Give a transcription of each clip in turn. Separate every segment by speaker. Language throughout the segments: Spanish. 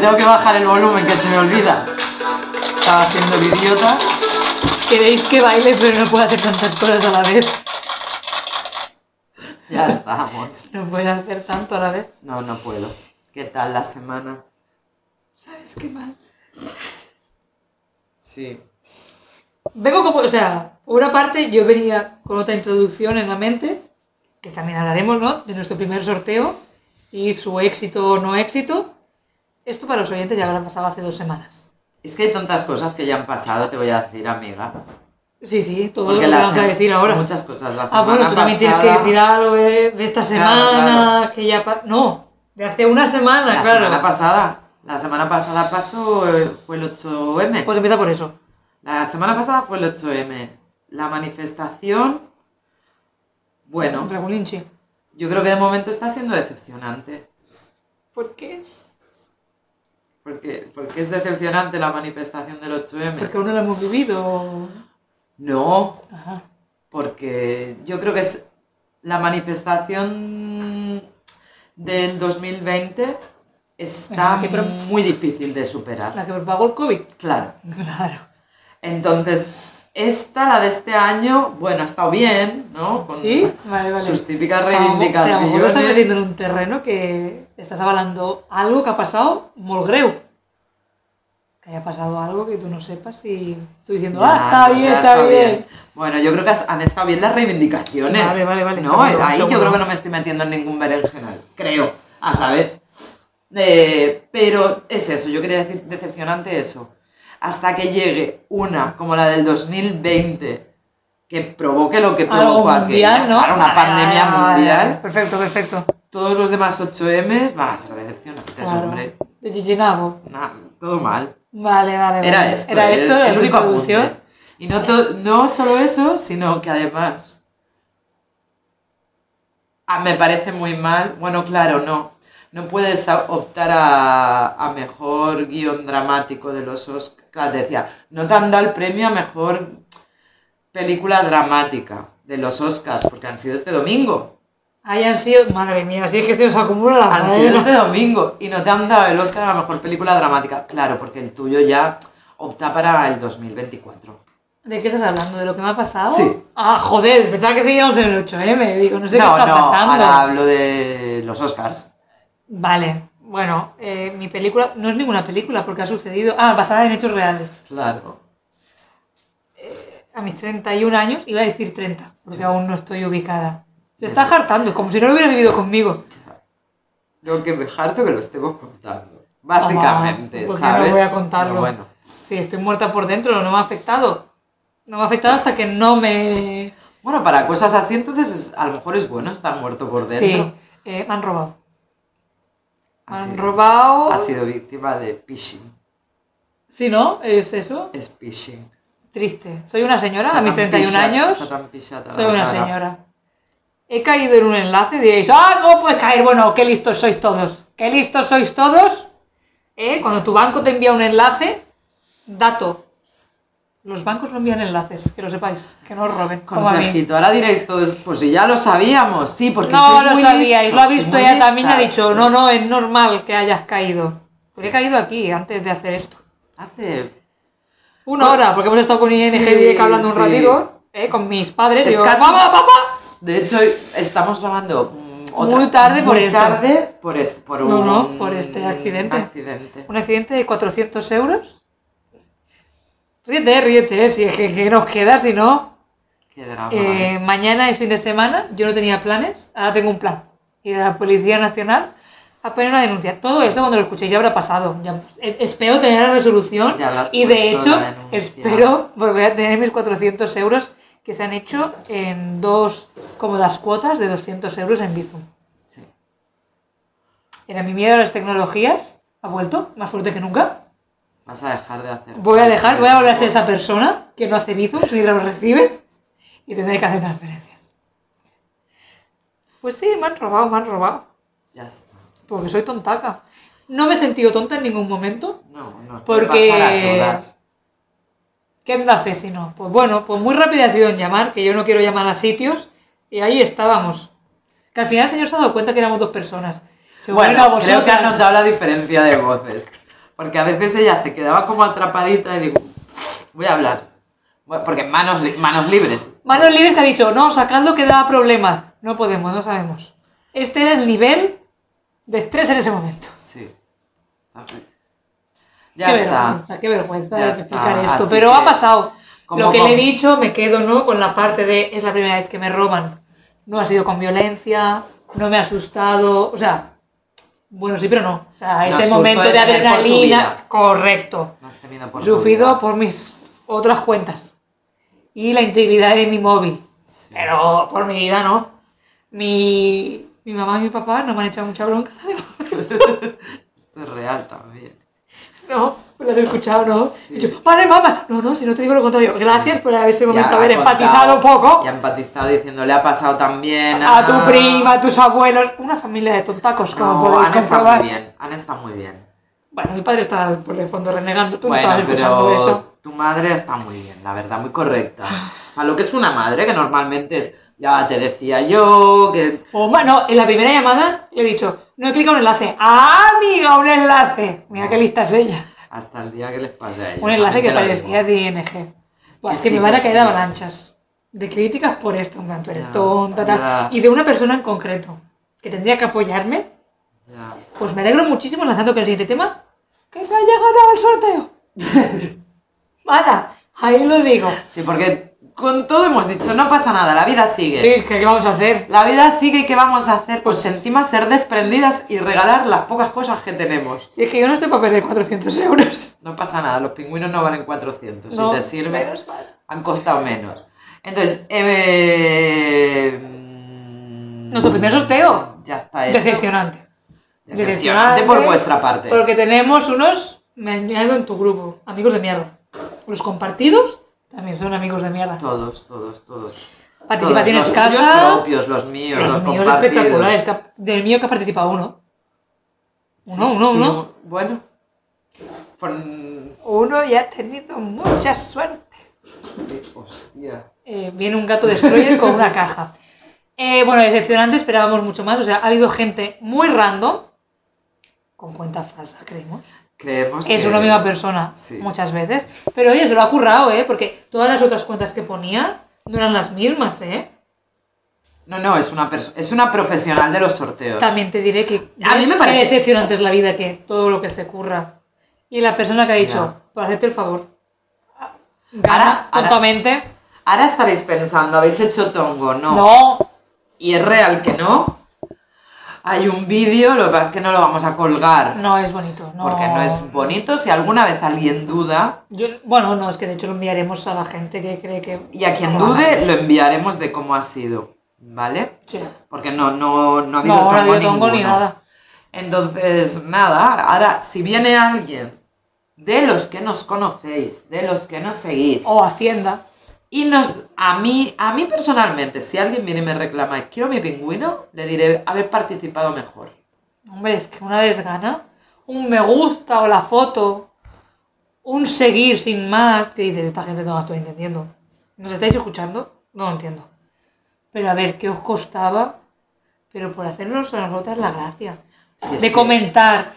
Speaker 1: tengo que bajar el volumen que se me olvida. Estaba haciendo el idiota.
Speaker 2: Queréis que baile, pero no puedo hacer tantas cosas a la vez.
Speaker 1: Ya estamos.
Speaker 2: No puedo hacer tanto a la vez.
Speaker 1: No, no puedo. ¿Qué tal la semana?
Speaker 2: ¿Sabes qué mal?
Speaker 1: Sí.
Speaker 2: Vengo como, o sea, por una parte yo venía con otra introducción en la mente, que también hablaremos, ¿no? De nuestro primer sorteo y su éxito o no éxito. Esto para los oyentes ya habrá pasado hace dos semanas.
Speaker 1: Es que hay tantas cosas que ya han pasado, te voy a decir, amiga.
Speaker 2: Sí, sí, todo
Speaker 1: Porque
Speaker 2: lo que
Speaker 1: la
Speaker 2: vamos a
Speaker 1: sem-
Speaker 2: decir ahora.
Speaker 1: Muchas cosas. La
Speaker 2: ah,
Speaker 1: semana
Speaker 2: bueno, tú también tienes que
Speaker 1: pasada-
Speaker 2: decir algo de, de esta semana,
Speaker 1: Claro,
Speaker 2: que ya... pa- no, de hace una semana,
Speaker 1: La
Speaker 2: claro.
Speaker 1: semana pasada. La semana pasada pasó, eh, fue el 8M.
Speaker 2: Pues empieza por eso.
Speaker 1: La semana pasada fue el 8M. La manifestación, bueno,
Speaker 2: Contra Gulinchi.
Speaker 1: yo creo que de momento está siendo decepcionante.
Speaker 2: ¿Por qué? es?
Speaker 1: Porque, porque es decepcionante la manifestación del 8M.
Speaker 2: Porque aún no lo hemos vivido.
Speaker 1: No,
Speaker 2: Ajá.
Speaker 1: porque yo creo que es la manifestación del 2020 está
Speaker 2: Ajá, que pro-
Speaker 1: muy difícil de superar.
Speaker 2: La que propagó el COVID.
Speaker 1: Claro.
Speaker 2: Claro.
Speaker 1: Entonces, esta, la de este año, bueno, ha estado bien, ¿no? Con
Speaker 2: ¿Sí? Vale, vale.
Speaker 1: sus típicas
Speaker 2: Pero a lo mejor- pero a lo mejor te estás metiendo en
Speaker 1: reivindicaciones.
Speaker 2: un terreno que estás avalando algo que ha pasado molt greu. Que haya pasado algo que tú no sepas y tú diciendo,
Speaker 1: Ya,
Speaker 2: ah, está
Speaker 1: o sea,
Speaker 2: bien, está,
Speaker 1: está
Speaker 2: bien.
Speaker 1: Bueno, yo creo que has- han estado bien las reivindicaciones.
Speaker 2: Vale, vale, vale,
Speaker 1: No,
Speaker 2: seguro,
Speaker 1: ahí
Speaker 2: seguro.
Speaker 1: yo creo que no me estoy metiendo en ningún berenjenal. Creo, a saber. Eh, pero es eso, yo quería decir decepcionante eso. Hasta que llegue una como la del 2020 que provoque lo que
Speaker 2: Algo
Speaker 1: provocó
Speaker 2: mundial,
Speaker 1: aquella,
Speaker 2: ¿no?
Speaker 1: claro, una
Speaker 2: Vale,
Speaker 1: pandemia
Speaker 2: vale, vale,
Speaker 1: mundial,
Speaker 2: vale. Perfecto, perfecto.
Speaker 1: todos los demás 8Ms van a ser decepcionantes,
Speaker 2: Claro.
Speaker 1: hombre.
Speaker 2: De Giginabo.
Speaker 1: Nah, todo mal.
Speaker 2: Vale, vale.
Speaker 1: Era
Speaker 2: vale.
Speaker 1: esto,
Speaker 2: Era esto,
Speaker 1: el,
Speaker 2: era
Speaker 1: el
Speaker 2: tu
Speaker 1: único
Speaker 2: introducción.
Speaker 1: apunte. Y no, to- no solo eso, sino que además ah, me parece muy mal, bueno, claro, no, no puedes a- optar a, a mejor guión dramático de los Oscars, decía, no te han dado el premio a mejor película dramática de los Oscars, porque han sido este domingo,
Speaker 2: Hayan sido, madre mía, si es que se nos acumula la
Speaker 1: han sido
Speaker 2: cadena.
Speaker 1: este domingo, y no te han dado el Oscar a la mejor película dramática, claro, porque el tuyo ya opta para el 2024.
Speaker 2: ¿De qué estás hablando? ¿De lo que me ha pasado?
Speaker 1: Sí.
Speaker 2: Ah, joder, pensaba que seguíamos en el 8M. Digo, no sé qué
Speaker 1: no,
Speaker 2: está
Speaker 1: no,
Speaker 2: pasando.
Speaker 1: ahora hablo de los Oscars.
Speaker 2: Vale, bueno, eh, mi película no es ninguna película porque ha sucedido. Ah, basada en hechos reales.
Speaker 1: Claro.
Speaker 2: A mis 31 años iba a decir 30, porque aún no estoy ubicada. Se está hartando, como si no lo hubiera vivido conmigo.
Speaker 1: Lo que me harto que lo estemos contando. Básicamente,
Speaker 2: Ah, ¿por qué no
Speaker 1: ¿sabes?
Speaker 2: voy a contarlo?
Speaker 1: Pero bueno.
Speaker 2: Sí, estoy muerta por dentro, no me ha afectado. No me ha afectado hasta que no me.
Speaker 1: Bueno, para cosas así, entonces es- a lo mejor es bueno estar muerto por
Speaker 2: Sí,
Speaker 1: dentro. Ah,
Speaker 2: eh, me han robado. Me
Speaker 1: Ha
Speaker 2: han
Speaker 1: sido-
Speaker 2: robado.
Speaker 1: Ha sido víctima de phishing.
Speaker 2: Sí, ¿no? ¿Es eso?
Speaker 1: Es phishing.
Speaker 2: Triste. Soy una señora
Speaker 1: Se
Speaker 2: a mis
Speaker 1: tan
Speaker 2: 31
Speaker 1: pilla-
Speaker 2: años.
Speaker 1: se tan pillada la
Speaker 2: Soy una
Speaker 1: cara.
Speaker 2: señora. He caído en un enlace y diréis, ¡ah, cómo puedes caer! Bueno, qué listos sois todos. ¡Qué listos sois todos! ¿Eh? Cuando tu banco te envía un enlace, dato. Los bancos no envían enlaces, que lo sepáis, que no os roben. Como a mí.
Speaker 1: Consejito, ahora diréis todos, pues si ya lo sabíamos, sí, porque
Speaker 2: No
Speaker 1: sois
Speaker 2: lo
Speaker 1: muy
Speaker 2: sabíais,
Speaker 1: listos,
Speaker 2: lo ha
Speaker 1: sois
Speaker 2: visto
Speaker 1: muy
Speaker 2: ella también, ha
Speaker 1: listas.
Speaker 2: dicho, no, no, es normal que hayas caído. Pues
Speaker 1: Sí.
Speaker 2: he caído aquí antes de hacer esto.
Speaker 1: Hace
Speaker 2: Una hora, porque hemos estado con ING Direct hablando un
Speaker 1: sí.
Speaker 2: ratito, ¿eh? con mis padres. Digo,
Speaker 1: Descansa.
Speaker 2: ¡Vamos, papá!
Speaker 1: De hecho, estamos grabando mm, otra-
Speaker 2: Muy tarde por
Speaker 1: muy
Speaker 2: esto.
Speaker 1: tarde por este, por
Speaker 2: No,
Speaker 1: un-
Speaker 2: no, por este accidente.
Speaker 1: accidente.
Speaker 2: un accidente de 400 euros. Ríete, ríete, eh, si es que, que nos queda, si no.
Speaker 1: Qué drama.
Speaker 2: Eh, mañana es fin de semana, yo no tenía planes, ahora tengo un plan. Y la Policía Nacional a poner una denuncia. Todo eso cuando lo escuchéis ya habrá pasado. Ya- e- espero tener la resolución
Speaker 1: Ya habrás
Speaker 2: y de
Speaker 1: puesto
Speaker 2: hecho
Speaker 1: la denuncia.
Speaker 2: espero volver a tener mis 400 euros que se han hecho en dos cómodas cuotas de 200 euros en Bizum.
Speaker 1: Sí.
Speaker 2: Era mi miedo a las tecnologías, ha vuelto, más fuerte que nunca.
Speaker 1: Vas a dejar de hacer.
Speaker 2: Voy a dejar, voy a volver a ser esa persona que no hace Bizum si lo recibe y tendré que hacer transferencias. Pues sí, me han robado, me han robado.
Speaker 1: Ya está.
Speaker 2: Porque soy tontaca. No me he sentido tonta en ningún momento.
Speaker 1: No, no.
Speaker 2: Porque-
Speaker 1: Pasar a todas.
Speaker 2: ¿Qué anda fe si no? Pues bueno, pues muy rápida ha sido en llamar, que yo no quiero llamar a sitios. Y ahí estábamos. Que al final el señor se ha dado cuenta que éramos dos personas. Se
Speaker 1: Bueno,
Speaker 2: comunica a
Speaker 1: creo que
Speaker 2: vosotras.
Speaker 1: has notado la diferencia de voces. Porque a veces ella se quedaba como atrapadita y digo, voy a hablar. Bueno, Porque manos, li- manos libres.
Speaker 2: Manos Libres te ha dicho, no, sacadlo que da problemas. No podemos, no sabemos. Este era el nivel de estrés en ese momento.
Speaker 1: Sí. A ver. Ya
Speaker 2: qué
Speaker 1: está.
Speaker 2: vergüenza, qué vergüenza
Speaker 1: Ya
Speaker 2: de explicar
Speaker 1: está,
Speaker 2: esto.
Speaker 1: así
Speaker 2: Pero ha
Speaker 1: que,
Speaker 2: pasado.
Speaker 1: como
Speaker 2: Lo que
Speaker 1: con-
Speaker 2: le he dicho, me quedo ¿no? con la parte de es la primera vez que me roban. No ha sido con violencia, no me ha asustado. O sea, bueno, sí, pero no. O sea,
Speaker 1: No
Speaker 2: ese
Speaker 1: asusto
Speaker 2: momento
Speaker 1: de
Speaker 2: de
Speaker 1: tener por tu vida.
Speaker 2: adrenalina. Correcto.
Speaker 1: No has tenido por
Speaker 2: Sufrido
Speaker 1: tu
Speaker 2: por mis otras cuentas. Y la integridad de mi móvil. pues, Pero por mi vida no. Mi, mi mamá y mi papá no me han echado mucha bronca.
Speaker 1: Esto es real también.
Speaker 2: No, pues lo has escuchado, ¿no? Y yo, vale, mamá. No, no, si no te digo lo contrario. Gracias por haber ese este momento
Speaker 1: Ya
Speaker 2: haber
Speaker 1: ha contado,
Speaker 2: empatizado un poco
Speaker 1: Y ha empatizado diciendo, le ha pasado también ah,
Speaker 2: a tu prima, a tus abuelos. Una familia de tontacos, como
Speaker 1: No,
Speaker 2: podéis
Speaker 1: han estado muy
Speaker 2: comprobar.
Speaker 1: bien. Han estado muy bien.
Speaker 2: Bueno, mi padre estaba por el fondo renegando. Tú no
Speaker 1: bueno,
Speaker 2: estabas escuchando eso.
Speaker 1: pero tu madre está muy bien, la verdad, muy correcta. A lo que es una madre, que normalmente es, ya te decía yo, que...
Speaker 2: O ma- no, en la primera llamada le he dicho, no he clicado un enlace. ¡Ah, amiga, un enlace! Mira qué lista es ella.
Speaker 1: Hasta el día que les pase a ellos.
Speaker 2: Un enlace que
Speaker 1: también te lo
Speaker 2: parecía
Speaker 1: digo.
Speaker 2: de ING. Buah,
Speaker 1: Que
Speaker 2: es que
Speaker 1: sí,
Speaker 2: me van
Speaker 1: que
Speaker 2: a caer
Speaker 1: sí.
Speaker 2: avalanchas de críticas por esto, en plan, tú eres
Speaker 1: Ya,
Speaker 2: tonta, tal.
Speaker 1: ya.
Speaker 2: Y de una persona en concreto que tendría que apoyarme,
Speaker 1: Ya.
Speaker 2: pues me alegro muchísimo lanzando que el siguiente tema, que me haya ganado el sorteo. Nada, ahí lo digo.
Speaker 1: Sí, porque con todo hemos dicho, no pasa nada, la vida sigue.
Speaker 2: Sí, ¿qué, qué vamos a hacer?
Speaker 1: La vida sigue y ¿qué vamos a hacer? Pues encima ser desprendidas y regalar las pocas cosas que tenemos.
Speaker 2: Si es que yo no estoy para perder 400 euros.
Speaker 1: No pasa nada, los pingüinos no valen 400,
Speaker 2: No,
Speaker 1: si te sirve.
Speaker 2: menos mal.
Speaker 1: Han costado menos. Entonces, em, eh, mm,
Speaker 2: Nuestro primer sorteo.
Speaker 1: Ya está hecho.
Speaker 2: Decepcionante.
Speaker 1: Decepcionante por vuestra parte.
Speaker 2: Porque tenemos unos, me añado en tu grupo, amigos de mierda. Los compartidos también son amigos de mierda.
Speaker 1: Todos, todos, todos.
Speaker 2: Participación
Speaker 1: Todos, los
Speaker 2: escasa.
Speaker 1: tuyos propios, los míos, los,
Speaker 2: Los míos
Speaker 1: compartidos.
Speaker 2: espectaculares. que ha- Del mío que ha participado uno. Uno,
Speaker 1: Sí,
Speaker 2: uno,
Speaker 1: sí,
Speaker 2: uno.
Speaker 1: Bueno. Pon-
Speaker 2: Uno ya ha tenido mucha suerte.
Speaker 1: sí, hostia.
Speaker 2: Eh, viene un gato destroyer con una caja. Eh, bueno, decepcionante, esperábamos mucho más. O sea, ha habido gente muy random, con cuenta falsa, creemos.
Speaker 1: Creemos
Speaker 2: Es
Speaker 1: que-
Speaker 2: una misma persona
Speaker 1: sí.
Speaker 2: muchas veces. Pero oye, se lo ha currado, ¿eh? Porque todas las otras cuentas que ponía no eran las mismas, ¿eh?
Speaker 1: No, no, es una, perso- es una profesional de los sorteos.
Speaker 2: También te diré que
Speaker 1: A mí me
Speaker 2: qué
Speaker 1: parece-
Speaker 2: decepcionante es la vida que todo lo que se curra. Y la persona que ha dicho,
Speaker 1: Ya.
Speaker 2: por hacerte el favor, ah,
Speaker 1: Ahora-
Speaker 2: gana
Speaker 1: ahora-
Speaker 2: tontamente.
Speaker 1: Ahora estaréis pensando, habéis hecho tongo, ¿no?
Speaker 2: No.
Speaker 1: Y es real que no. Hay un vídeo, lo que pasa es que no lo vamos a colgar.
Speaker 2: no, es bonito. No.
Speaker 1: Porque no es bonito. Si alguna vez alguien duda,
Speaker 2: Yo- bueno, no, es que de hecho lo enviaremos a la gente que cree que.
Speaker 1: y a quien
Speaker 2: no lo hagan.
Speaker 1: dude, lo enviaremos de cómo ha sido, ¿vale?
Speaker 2: Sí.
Speaker 1: Porque no, no, no ha habido
Speaker 2: No, no ha
Speaker 1: tongo
Speaker 2: habido tongo ni
Speaker 1: ninguno.
Speaker 2: nada.
Speaker 1: Entonces, nada, ahora, si viene alguien de los que nos conocéis, de los que nos seguís,
Speaker 2: O Hacienda.
Speaker 1: y nos, a mí, a mí personalmente, si alguien viene y me reclama, quiero mi pingüino, le diré haber participado mejor.
Speaker 2: Hombre, es que una desgana. Un me gusta o la foto. Un seguir sin más. Que dices, esta gente no la estoy entendiendo. ¿Nos estáis escuchando? No lo entiendo. Pero a ver, ¿qué os costaba? Pero por hacernos a nosotras la gracia.
Speaker 1: Si es
Speaker 2: de
Speaker 1: que
Speaker 2: comentar.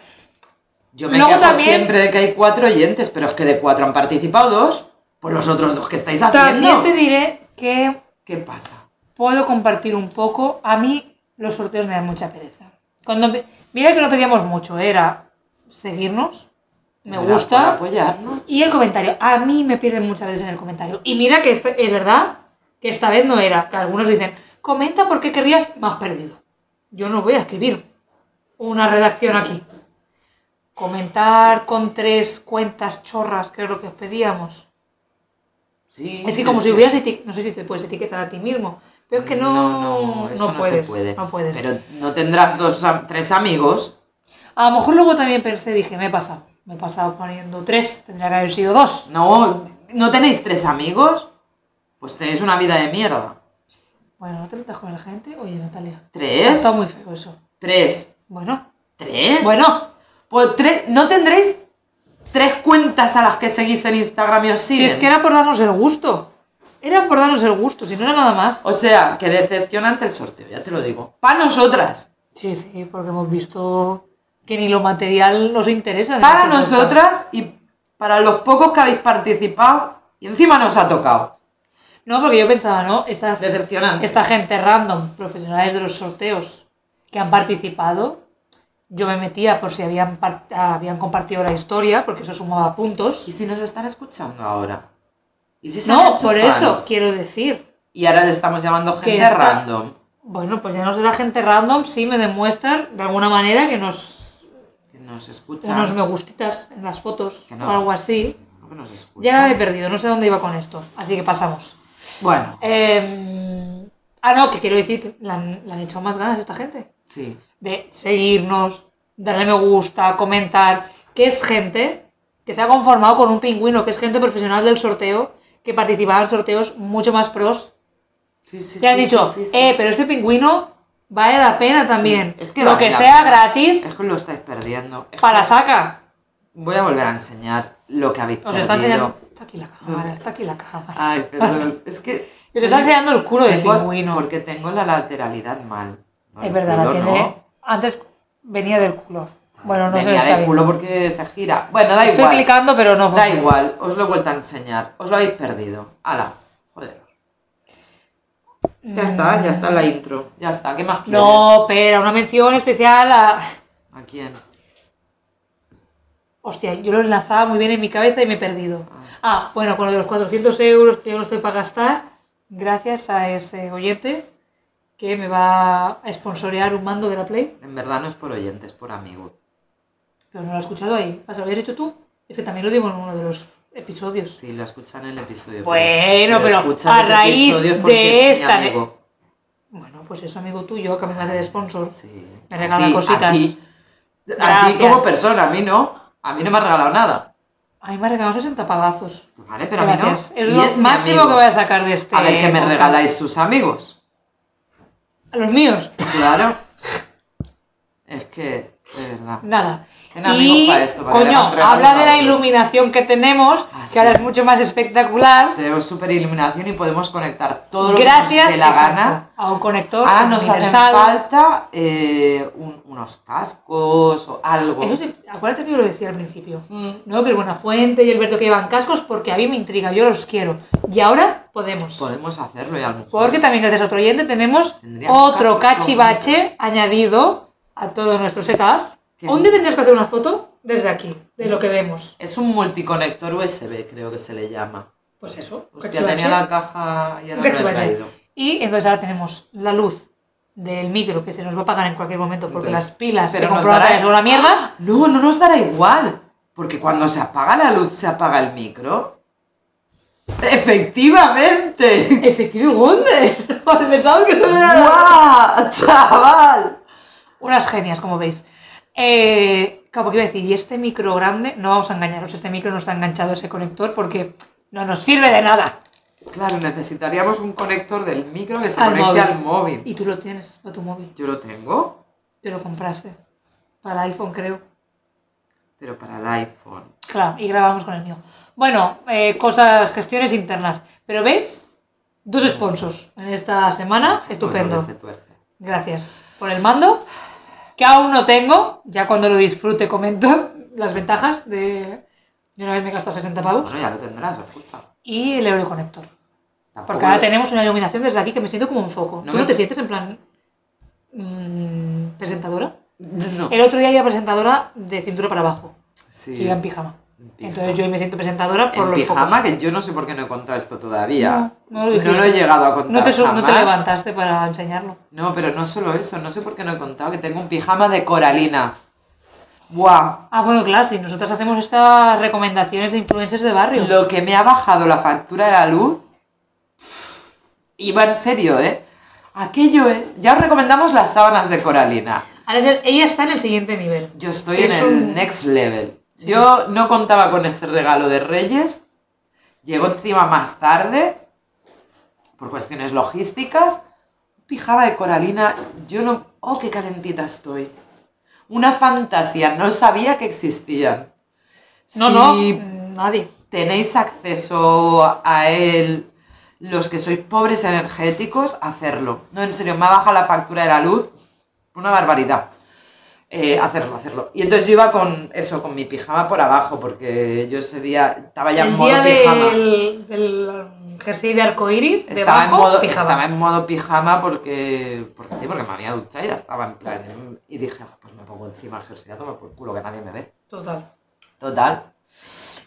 Speaker 1: Yo me
Speaker 2: Luego
Speaker 1: quejo
Speaker 2: también-
Speaker 1: siempre de que hay cuatro oyentes, pero es que de cuatro han participado dos, pues los otros dos que estáis haciendo.
Speaker 2: También te diré que
Speaker 1: ¿Qué pasa?
Speaker 2: puedo compartir un poco. A mí los sorteos me dan mucha pereza. Cuando empe- Mira que no pedíamos mucho, era seguirnos. Me
Speaker 1: Era
Speaker 2: gusta.
Speaker 1: por apoyarnos.
Speaker 2: Y el comentario. A mí me pierden muchas veces en el comentario. Y mira que esto- es verdad que esta vez no era. Que algunos dicen, comenta por qué querrías más perdido. Yo no voy a escribir una redacción aquí. Comentar con tres cuentas chorras, que es lo que os pedíamos.
Speaker 1: Sí,
Speaker 2: Es que como si hubieras eti- No sé si te puedes etiquetar a ti mismo. Pero es que no,
Speaker 1: no, no, eso
Speaker 2: no
Speaker 1: se
Speaker 2: puedes.
Speaker 1: puede.
Speaker 2: No puedes.
Speaker 1: Pero no tendrás dos, am- tres amigos.
Speaker 2: A lo mejor luego también pensé, dije, me he pasado. Me he pasado poniendo tres, tendría que haber sido dos.
Speaker 1: No, no tenéis tres amigos. Pues tenéis una vida de mierda.
Speaker 2: Bueno, no te metas con la gente. Oye, Natalia.
Speaker 1: ¿Tres?
Speaker 2: Está muy feo eso.
Speaker 1: Tres.
Speaker 2: Bueno.
Speaker 1: ¿Tres?
Speaker 2: Bueno.
Speaker 1: Pues tres, no tendréis tres cuentas a las que seguís en Instagram y os
Speaker 2: Si
Speaker 1: siguen.
Speaker 2: es que era por darnos el gusto. Era por darnos el gusto, si no era nada más.
Speaker 1: O sea, que decepcionante el sorteo, ya te lo digo. Para nosotras.
Speaker 2: Sí, sí, porque hemos visto que ni lo material nos interesa. en
Speaker 1: Para
Speaker 2: este momento.
Speaker 1: nosotras y para los pocos que habéis participado, y encima nos ha tocado.
Speaker 2: No, porque yo pensaba, ¿no? Estas,
Speaker 1: Decepcionante.
Speaker 2: esta gente random, profesionales de los sorteos que han participado, yo me metía por si habían, par- habían compartido la historia, porque eso sumaba puntos.
Speaker 1: ¿Y si nos están escuchando ahora? ¿Y si se han
Speaker 2: No,
Speaker 1: hecho
Speaker 2: por
Speaker 1: fans?
Speaker 2: eso quiero decir.
Speaker 1: Y ahora le estamos llamando gente
Speaker 2: está-
Speaker 1: random.
Speaker 2: Bueno, pues ya no será gente random, sí me demuestran de alguna manera que nos.
Speaker 1: Que nos escuchan.
Speaker 2: unos me gustitas en las fotos
Speaker 1: Que Pues
Speaker 2: o
Speaker 1: nos-
Speaker 2: algo así.
Speaker 1: Que nos escuchan.
Speaker 2: Ya eh, me he perdido, no sé dónde iba con esto, así que pasamos.
Speaker 1: Bueno,
Speaker 2: Eh, ah, no, que quiero decir que le han, le han echado más ganas a esta gente.
Speaker 1: sí.
Speaker 2: De seguirnos, darle me gusta, comentar. Que es gente que se ha conformado con un pingüino, que es gente profesional del sorteo, que participaba en sorteos mucho más pros.
Speaker 1: Sí, sí,
Speaker 2: Te han
Speaker 1: sí,
Speaker 2: dicho,
Speaker 1: sí, sí, sí.
Speaker 2: eh, pero este pingüino vale la pena también.
Speaker 1: Sí, es que
Speaker 2: Lo
Speaker 1: vale
Speaker 2: que
Speaker 1: la
Speaker 2: sea
Speaker 1: pena.
Speaker 2: gratis,
Speaker 1: Es que lo estáis perdiendo. Es
Speaker 2: para
Speaker 1: que-
Speaker 2: saca.
Speaker 1: Voy a volver a enseñar lo que habéis
Speaker 2: Os
Speaker 1: perdido.
Speaker 2: está enseñando. Está aquí la
Speaker 1: ¿Dónde?
Speaker 2: cámara, está aquí la cámara.
Speaker 1: Ay, perdón. es que...
Speaker 2: Os está enseñando el culo del
Speaker 1: Tengo-
Speaker 2: pingüino.
Speaker 1: Porque tengo la lateralidad mal. No,
Speaker 2: Es
Speaker 1: el
Speaker 2: verdad, la
Speaker 1: culo
Speaker 2: tiene.
Speaker 1: no.
Speaker 2: Antes venía del culo. Bueno, no sé
Speaker 1: Venía
Speaker 2: si está
Speaker 1: del
Speaker 2: bien.
Speaker 1: culo porque se gira. Bueno, da
Speaker 2: Estoy
Speaker 1: igual.
Speaker 2: clicando, pero no
Speaker 1: Da
Speaker 2: funciona.
Speaker 1: igual, os lo he vuelto a enseñar. Os lo habéis perdido. Ala, joder. Ya está, ya está la intro. Ya está, ¿qué más quieres?
Speaker 2: No, pero una mención especial a.
Speaker 1: ¿A quién?
Speaker 2: Hostia, yo lo enlazaba muy bien en mi cabeza y me he perdido. Ah, bueno, con lo de los 400 euros que yo no estoy para gastar, gracias a ese oyente que me va a sponsorear un mando de la Play.
Speaker 1: En verdad no es por oyentes, por amigos.
Speaker 2: Pero no lo he escuchado ahí. ¿Lo habías hecho tú? Es que también lo digo en uno de los episodios.
Speaker 1: Sí, lo escuchan en el episodio.
Speaker 2: Bueno, pero
Speaker 1: escuchan
Speaker 2: a
Speaker 1: los
Speaker 2: raíz
Speaker 1: episodios
Speaker 2: de
Speaker 1: porque es mi
Speaker 2: esta- ¿eh?
Speaker 1: amigo.
Speaker 2: Bueno, pues eso, amigo tuyo, que a mí me hace de sponsor.
Speaker 1: Sí.
Speaker 2: Me
Speaker 1: A
Speaker 2: regala
Speaker 1: ti-
Speaker 2: cositas.
Speaker 1: A ti, a ti
Speaker 2: Gracias.
Speaker 1: como persona, a mí no. A mí no me ha regalado nada.
Speaker 2: A mí me ha regalado 60 pavazos.
Speaker 1: Vale, pero
Speaker 2: Gracias.
Speaker 1: a mí no.
Speaker 2: Es
Speaker 1: Y
Speaker 2: lo
Speaker 1: mi
Speaker 2: máximo
Speaker 1: amigo.
Speaker 2: que voy a sacar de este.
Speaker 1: A ver qué me
Speaker 2: podcast.
Speaker 1: regaláis sus amigos.
Speaker 2: A los míos.
Speaker 1: Claro. es que, de verdad.
Speaker 2: Nada.
Speaker 1: En amigos
Speaker 2: y,
Speaker 1: pa' esto, para que le
Speaker 2: coño,
Speaker 1: hagan regalo
Speaker 2: habla de
Speaker 1: a
Speaker 2: la
Speaker 1: otro.
Speaker 2: iluminación que tenemos,
Speaker 1: Ah,
Speaker 2: que
Speaker 1: sí.
Speaker 2: ahora es mucho más espectacular.
Speaker 1: Tenemos super iluminación y podemos conectar todo lo que
Speaker 2: Gracias
Speaker 1: nos dé la
Speaker 2: exacto,
Speaker 1: gana.
Speaker 2: a un conector
Speaker 1: Ahora nos hacen
Speaker 2: universal.
Speaker 1: falta eh, un- unos cascos o algo.
Speaker 2: Eso sí, acuérdate que yo lo decía al principio.
Speaker 1: Mm.
Speaker 2: No, que el Buenafuente y el Berto que llevan cascos porque a mí me intriga, yo los quiero. Y ahora podemos.
Speaker 1: Podemos hacerlo y a lo mejor-
Speaker 2: Porque también gracias a otro oyente tenemos
Speaker 1: Tendríamos
Speaker 2: otro
Speaker 1: cascos
Speaker 2: cachivache añadido a todo nuestro setup.
Speaker 1: Qué
Speaker 2: ¿Dónde tendrías que hacer una foto? Desde aquí, de lo que vemos.
Speaker 1: Es un multiconector USB, creo que se le llama.
Speaker 2: Pues eso, un
Speaker 1: Hostia, tenía la
Speaker 2: cachivache.
Speaker 1: caja y ahora
Speaker 2: Un
Speaker 1: me la he
Speaker 2: cachivache.
Speaker 1: traído.
Speaker 2: Y entonces ahora tenemos la luz del micro que se nos va a apagar en cualquier momento porque
Speaker 1: Entonces,
Speaker 2: las pilas
Speaker 1: pero
Speaker 2: que
Speaker 1: nos
Speaker 2: compró la
Speaker 1: dará- ¡Ah!
Speaker 2: otra vez son una mierda.
Speaker 1: No, no nos dará igual. Porque cuando se apaga la luz, se apaga el micro. ¡Efectivamente!
Speaker 2: Efectivo Wonder. Pensamos que eso era-
Speaker 1: ¡Guau! ¡Chaval!
Speaker 2: Unas genias, como veis. Eh, claro, porque iba a decir, y este micro grande, no vamos a engañaros, este micro no está enganchado a ese conector porque no nos sirve de nada.
Speaker 1: Claro, necesitaríamos un conector del micro que se
Speaker 2: Al
Speaker 1: conecte
Speaker 2: móvil.
Speaker 1: al móvil.
Speaker 2: Y tú lo tienes, a tu móvil.
Speaker 1: Yo lo tengo,
Speaker 2: Te lo compraste. Para iPhone, creo.
Speaker 1: pero para el iPhone.
Speaker 2: Claro, y grabamos con el mío. Bueno, eh, cosas, gestiones internas. Pero veis, dos sponsors en esta semana. Ah, Estupendo.
Speaker 1: Bueno, que se tuerce.
Speaker 2: Gracias por el mando, que aún no tengo. Ya cuando lo disfrute comento las ventajas de, de no haberme gastado 60 pavos.
Speaker 1: Bueno, ya lo tendrás, escucha.
Speaker 2: Y el euroconector.
Speaker 1: Tampoco
Speaker 2: Porque ahora
Speaker 1: lo-
Speaker 2: tenemos una iluminación desde aquí que me siento como un foco.
Speaker 1: No
Speaker 2: ¿Tú
Speaker 1: me-
Speaker 2: no te sientes en plan mm, presentadora?
Speaker 1: No.
Speaker 2: El otro día iba presentadora de cintura para abajo.
Speaker 1: Sí.
Speaker 2: que iba en pijama.
Speaker 1: En pijama.
Speaker 2: Entonces yo hoy me siento presentadora por
Speaker 1: En
Speaker 2: los
Speaker 1: pijama,
Speaker 2: focos.
Speaker 1: que yo no sé por qué no he contado esto todavía.
Speaker 2: No, no lo dijiste.
Speaker 1: he llegado a contar
Speaker 2: No te, su- no te
Speaker 1: jamás.
Speaker 2: levantaste para enseñarlo.
Speaker 1: No, pero no solo eso, no sé por qué no he contado que tengo un pijama de coralina. Buah,
Speaker 2: Ah, bueno, claro, si nosotros hacemos estas recomendaciones de influencers de barrio.
Speaker 1: lo que me ha bajado la factura de la luz. Iba en serio, ¿eh? Aquello es. Ya os recomendamos las sábanas de coralina.
Speaker 2: Ahora es el- ella está en el siguiente nivel.
Speaker 1: Yo estoy
Speaker 2: Es
Speaker 1: en el
Speaker 2: un-
Speaker 1: next level. Yo no contaba con ese regalo de Reyes. Llegó encima más tarde, por cuestiones logísticas. Pijama de coralina, yo no... ¡Oh, qué calentita estoy! Una fantasía, no sabía que existían.
Speaker 2: No,
Speaker 1: Si
Speaker 2: no, nadie.
Speaker 1: tenéis acceso a él, los que sois pobres energéticos, hacerlo. No, en serio, me ha bajado la factura de la luz. Una barbaridad. eh, hacerlo, hacerlo. Y entonces yo iba con eso, con mi pijama por abajo, porque yo ese día estaba ya en
Speaker 2: el
Speaker 1: modo
Speaker 2: día
Speaker 1: pijama.
Speaker 2: del, del jersey de arcoiris,
Speaker 1: Estaba en,
Speaker 2: debajo,
Speaker 1: modo,
Speaker 2: pijama.
Speaker 1: estaba en modo pijama porque, porque sí, porque me había duchado y ya estaba en plan. Y dije, "Ah, pues me pongo encima el jersey, a tomar por culo, que nadie me ve.
Speaker 2: Total.
Speaker 1: Total.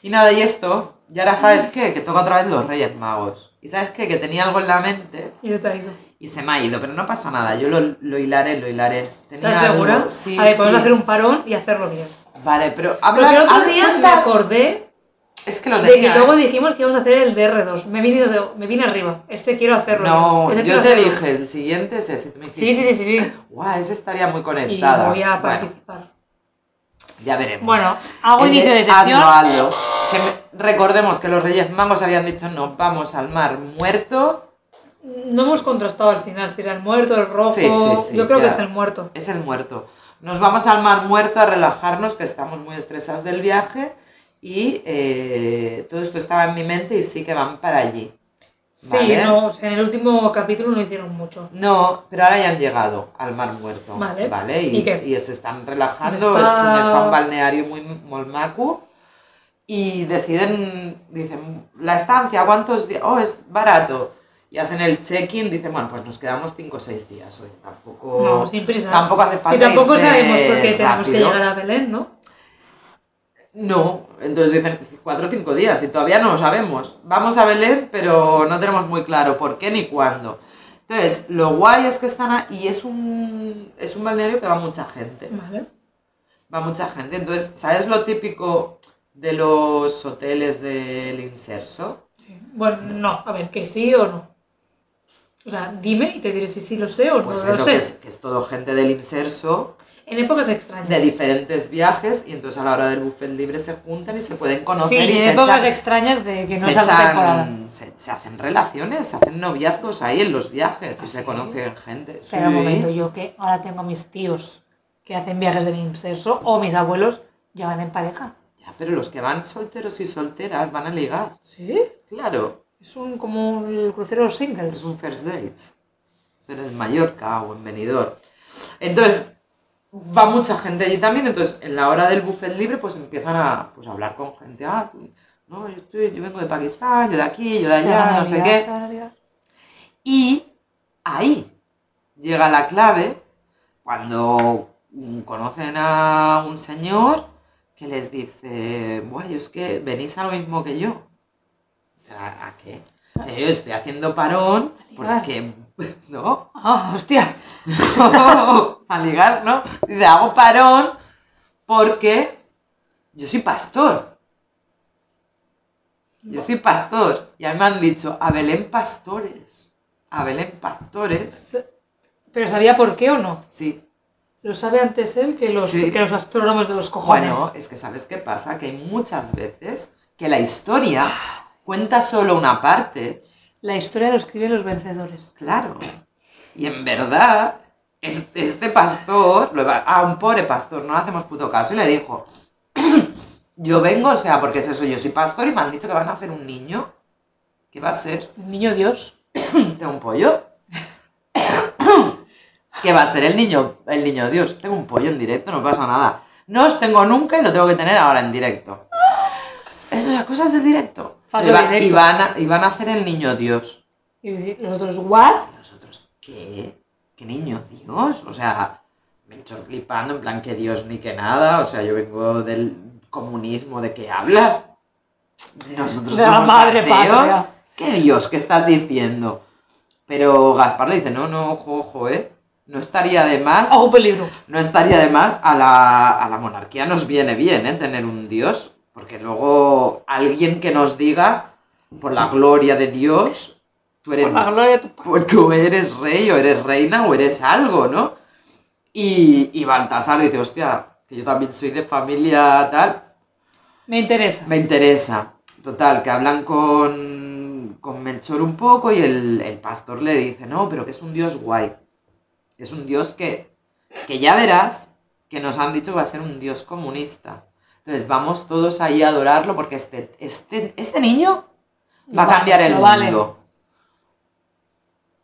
Speaker 1: Y nada, y esto, y ahora sabes qué, que toca otra vez los Reyes Magos. Y sabes qué, que tenía algo en la mente
Speaker 2: Y yo te digo.
Speaker 1: y se me ha ido, pero no pasa nada, yo lo, lo hilaré, lo hilaré. Tenía
Speaker 2: ¿Estás
Speaker 1: algo-
Speaker 2: segura?
Speaker 1: Sí,
Speaker 2: a ver,
Speaker 1: sí.
Speaker 2: podemos hacer un parón y hacerlo bien.
Speaker 1: Vale, pero
Speaker 2: Porque
Speaker 1: habla,
Speaker 2: el otro
Speaker 1: habla-
Speaker 2: día me
Speaker 1: cuenta-
Speaker 2: acordé
Speaker 1: Es que lo
Speaker 2: de que
Speaker 1: tenía.
Speaker 2: luego
Speaker 1: ¿eh?
Speaker 2: dijimos que íbamos a hacer el DR2. Me vine, de- me vine arriba. Este quiero hacerlo.
Speaker 1: No, yo
Speaker 2: Este quiero
Speaker 1: te
Speaker 2: hacerlo.
Speaker 1: dije, el siguiente es ese. Me
Speaker 2: Sí, sí, sí, sí. sí.
Speaker 1: Guau, ese estaría muy
Speaker 2: Y
Speaker 1: conectada.
Speaker 2: voy a
Speaker 1: Bueno,
Speaker 2: participar.
Speaker 1: ya veremos.
Speaker 2: Bueno, hago
Speaker 1: El
Speaker 2: inicio de sección.
Speaker 1: Hazlo, hazlo. Que me- Recordemos que los Reyes Magos habían dicho, nos vamos al mar muerto.
Speaker 2: No hemos contrastado al final si era el muerto, el rojo.
Speaker 1: Sí, sí, sí,
Speaker 2: yo creo que
Speaker 1: ya.
Speaker 2: es el muerto.
Speaker 1: Es el muerto. Nos vamos al mar muerto a relajarnos, que estamos muy estresados del viaje. Y eh, todo esto estaba en mi mente y sí que van para allí.
Speaker 2: Sí,
Speaker 1: Vale.
Speaker 2: no, o sea, en el último capítulo no hicieron mucho.
Speaker 1: No, pero ahora ya han llegado al Mar Muerto.
Speaker 2: Vale.
Speaker 1: Y,
Speaker 2: ¿Y qué?
Speaker 1: y se están relajando,
Speaker 2: Un spa.
Speaker 1: es un spa un balneario muy molmacu. Y deciden, dicen, la estancia, ¿cuántos días? Oh, es barato. Y hacen el check-in, dicen, bueno, pues nos quedamos 5 o 6 días. Oye, tampoco.
Speaker 2: No, sin prisa.
Speaker 1: Oh, Tampoco hace falta.
Speaker 2: Si tampoco
Speaker 1: irse
Speaker 2: sabemos por qué tenemos que
Speaker 1: rápido.
Speaker 2: llegar a Belén, ¿no?
Speaker 1: No, entonces dicen 4 o 5 días y todavía no lo sabemos. Vamos a Belén, pero no tenemos muy claro por qué ni cuándo. Entonces, lo guay es que están a- y es un, es un balneario que va mucha gente.
Speaker 2: Vale.
Speaker 1: Va mucha gente. Entonces, ¿sabes lo típico de los hoteles del inserso?
Speaker 2: Sí. Bueno, no, a ver, que sí o no. O sea, dime y te diré si sí lo sé o
Speaker 1: Pues
Speaker 2: no lo
Speaker 1: eso,
Speaker 2: sé.
Speaker 1: que es, que es todo gente del inserso,
Speaker 2: En épocas extrañas.
Speaker 1: de diferentes viajes, y entonces a la hora del buffet libre se juntan y se pueden
Speaker 2: sí,
Speaker 1: conocer y
Speaker 2: en
Speaker 1: se
Speaker 2: épocas
Speaker 1: echan-
Speaker 2: extrañas de que no
Speaker 1: se,
Speaker 2: es alta temporada.
Speaker 1: echan- se- se hacen relaciones, se hacen noviazgos ahí en los viajes y
Speaker 2: ¿Ah,
Speaker 1: se
Speaker 2: sí?
Speaker 1: conocen gente.
Speaker 2: Espera un
Speaker 1: Sí.
Speaker 2: momento, yo que ahora tengo a mis tíos que hacen viajes del inserso o mis abuelos ya van en pareja.
Speaker 1: Ya, pero los que van solteros y solteras van a ligar.
Speaker 2: ¿Sí?
Speaker 1: Claro,
Speaker 2: Es un, como el crucero single.
Speaker 1: es un first date. Pero en Mallorca o en Benidorm. Entonces, va mucha gente allí también. Entonces, en la hora del buffet libre, pues empiezan a, pues, a hablar con gente. Ah, tú- no, yo, estoy- yo vengo de Pakistán, yo de aquí, yo de allá, no sé qué. Y ahí llega la clave cuando mm, conocen a un señor que les dice, guay, es que venís a lo mismo que yo. Dicen, ¿A, a qué? "Eh, Yo estoy haciendo parón
Speaker 2: A ligar.
Speaker 1: porque, ¿no?
Speaker 2: Ah, hostia.
Speaker 1: a ligar, ¿no? Dice, hago parón porque yo soy pastor. Yo soy pastor. Y a mí me han dicho, a Belén pastores. A Belén pastores.
Speaker 2: ¿Pero sabía por qué o no?
Speaker 1: Sí.
Speaker 2: Lo sabe antes él que los,
Speaker 1: Sí.
Speaker 2: que los astrónomos de los cojones.
Speaker 1: Bueno, es que sabes qué pasa, que hay muchas veces que la historia cuenta solo una parte,
Speaker 2: La historia lo escriben los vencedores.
Speaker 1: claro. Y en verdad, es- este pastor, lo eva- a un pobre pastor, no le hacemos puto caso, y le dijo, yo vengo, o sea, porque es eso, yo soy pastor y me han dicho que van a hacer un niño. ¿Qué va a ser?
Speaker 2: El niño Dios.
Speaker 1: Tengo un pollo. ¿Qué va a ser el niño? El niño Dios. Tengo un pollo en directo, no pasa nada. No os tengo nunca y lo tengo que tener ahora en directo. Esas son cosas del directo.
Speaker 2: Falso
Speaker 1: Y va-
Speaker 2: directo.
Speaker 1: Y van, a, y van a hacer el niño Dios.
Speaker 2: Y dice, los otros, ¿what?
Speaker 1: Nosotros, ¿qué? ¿Qué niño Dios? O sea, me he hecho flipando, en plan que Dios ni que nada. O sea, yo vengo del comunismo, ¿de qué hablas? Nosotros
Speaker 2: De la
Speaker 1: somos
Speaker 2: madre
Speaker 1: ateos.
Speaker 2: patria.
Speaker 1: ¿Qué Dios? ¿Qué estás diciendo? Pero Gaspar le dice, no, no, ojo, ojo, ¿eh? No estaría de más,
Speaker 2: Ojo peligro.
Speaker 1: no estaría de más, a la, a la monarquía nos viene bien, ¿eh? Tener un Dios, porque luego alguien que nos diga, por la gloria de Dios, tú eres
Speaker 2: Por la gloria de tu padre.
Speaker 1: pues tú eres rey o eres reina o eres algo, ¿no? Y, y Baltasar dice, hostia, que yo también soy de familia tal,
Speaker 2: Me interesa.
Speaker 1: me interesa. Total, que hablan con, con Melchor un poco y el, el pastor le dice, no, pero que es un dios guay. Es un dios que, que ya verás que nos han dicho que va a ser un dios comunista. Entonces vamos todos ahí a adorarlo porque este, este, este niño va a
Speaker 2: Lo va-
Speaker 1: cambiar el
Speaker 2: lo vale.
Speaker 1: mundo.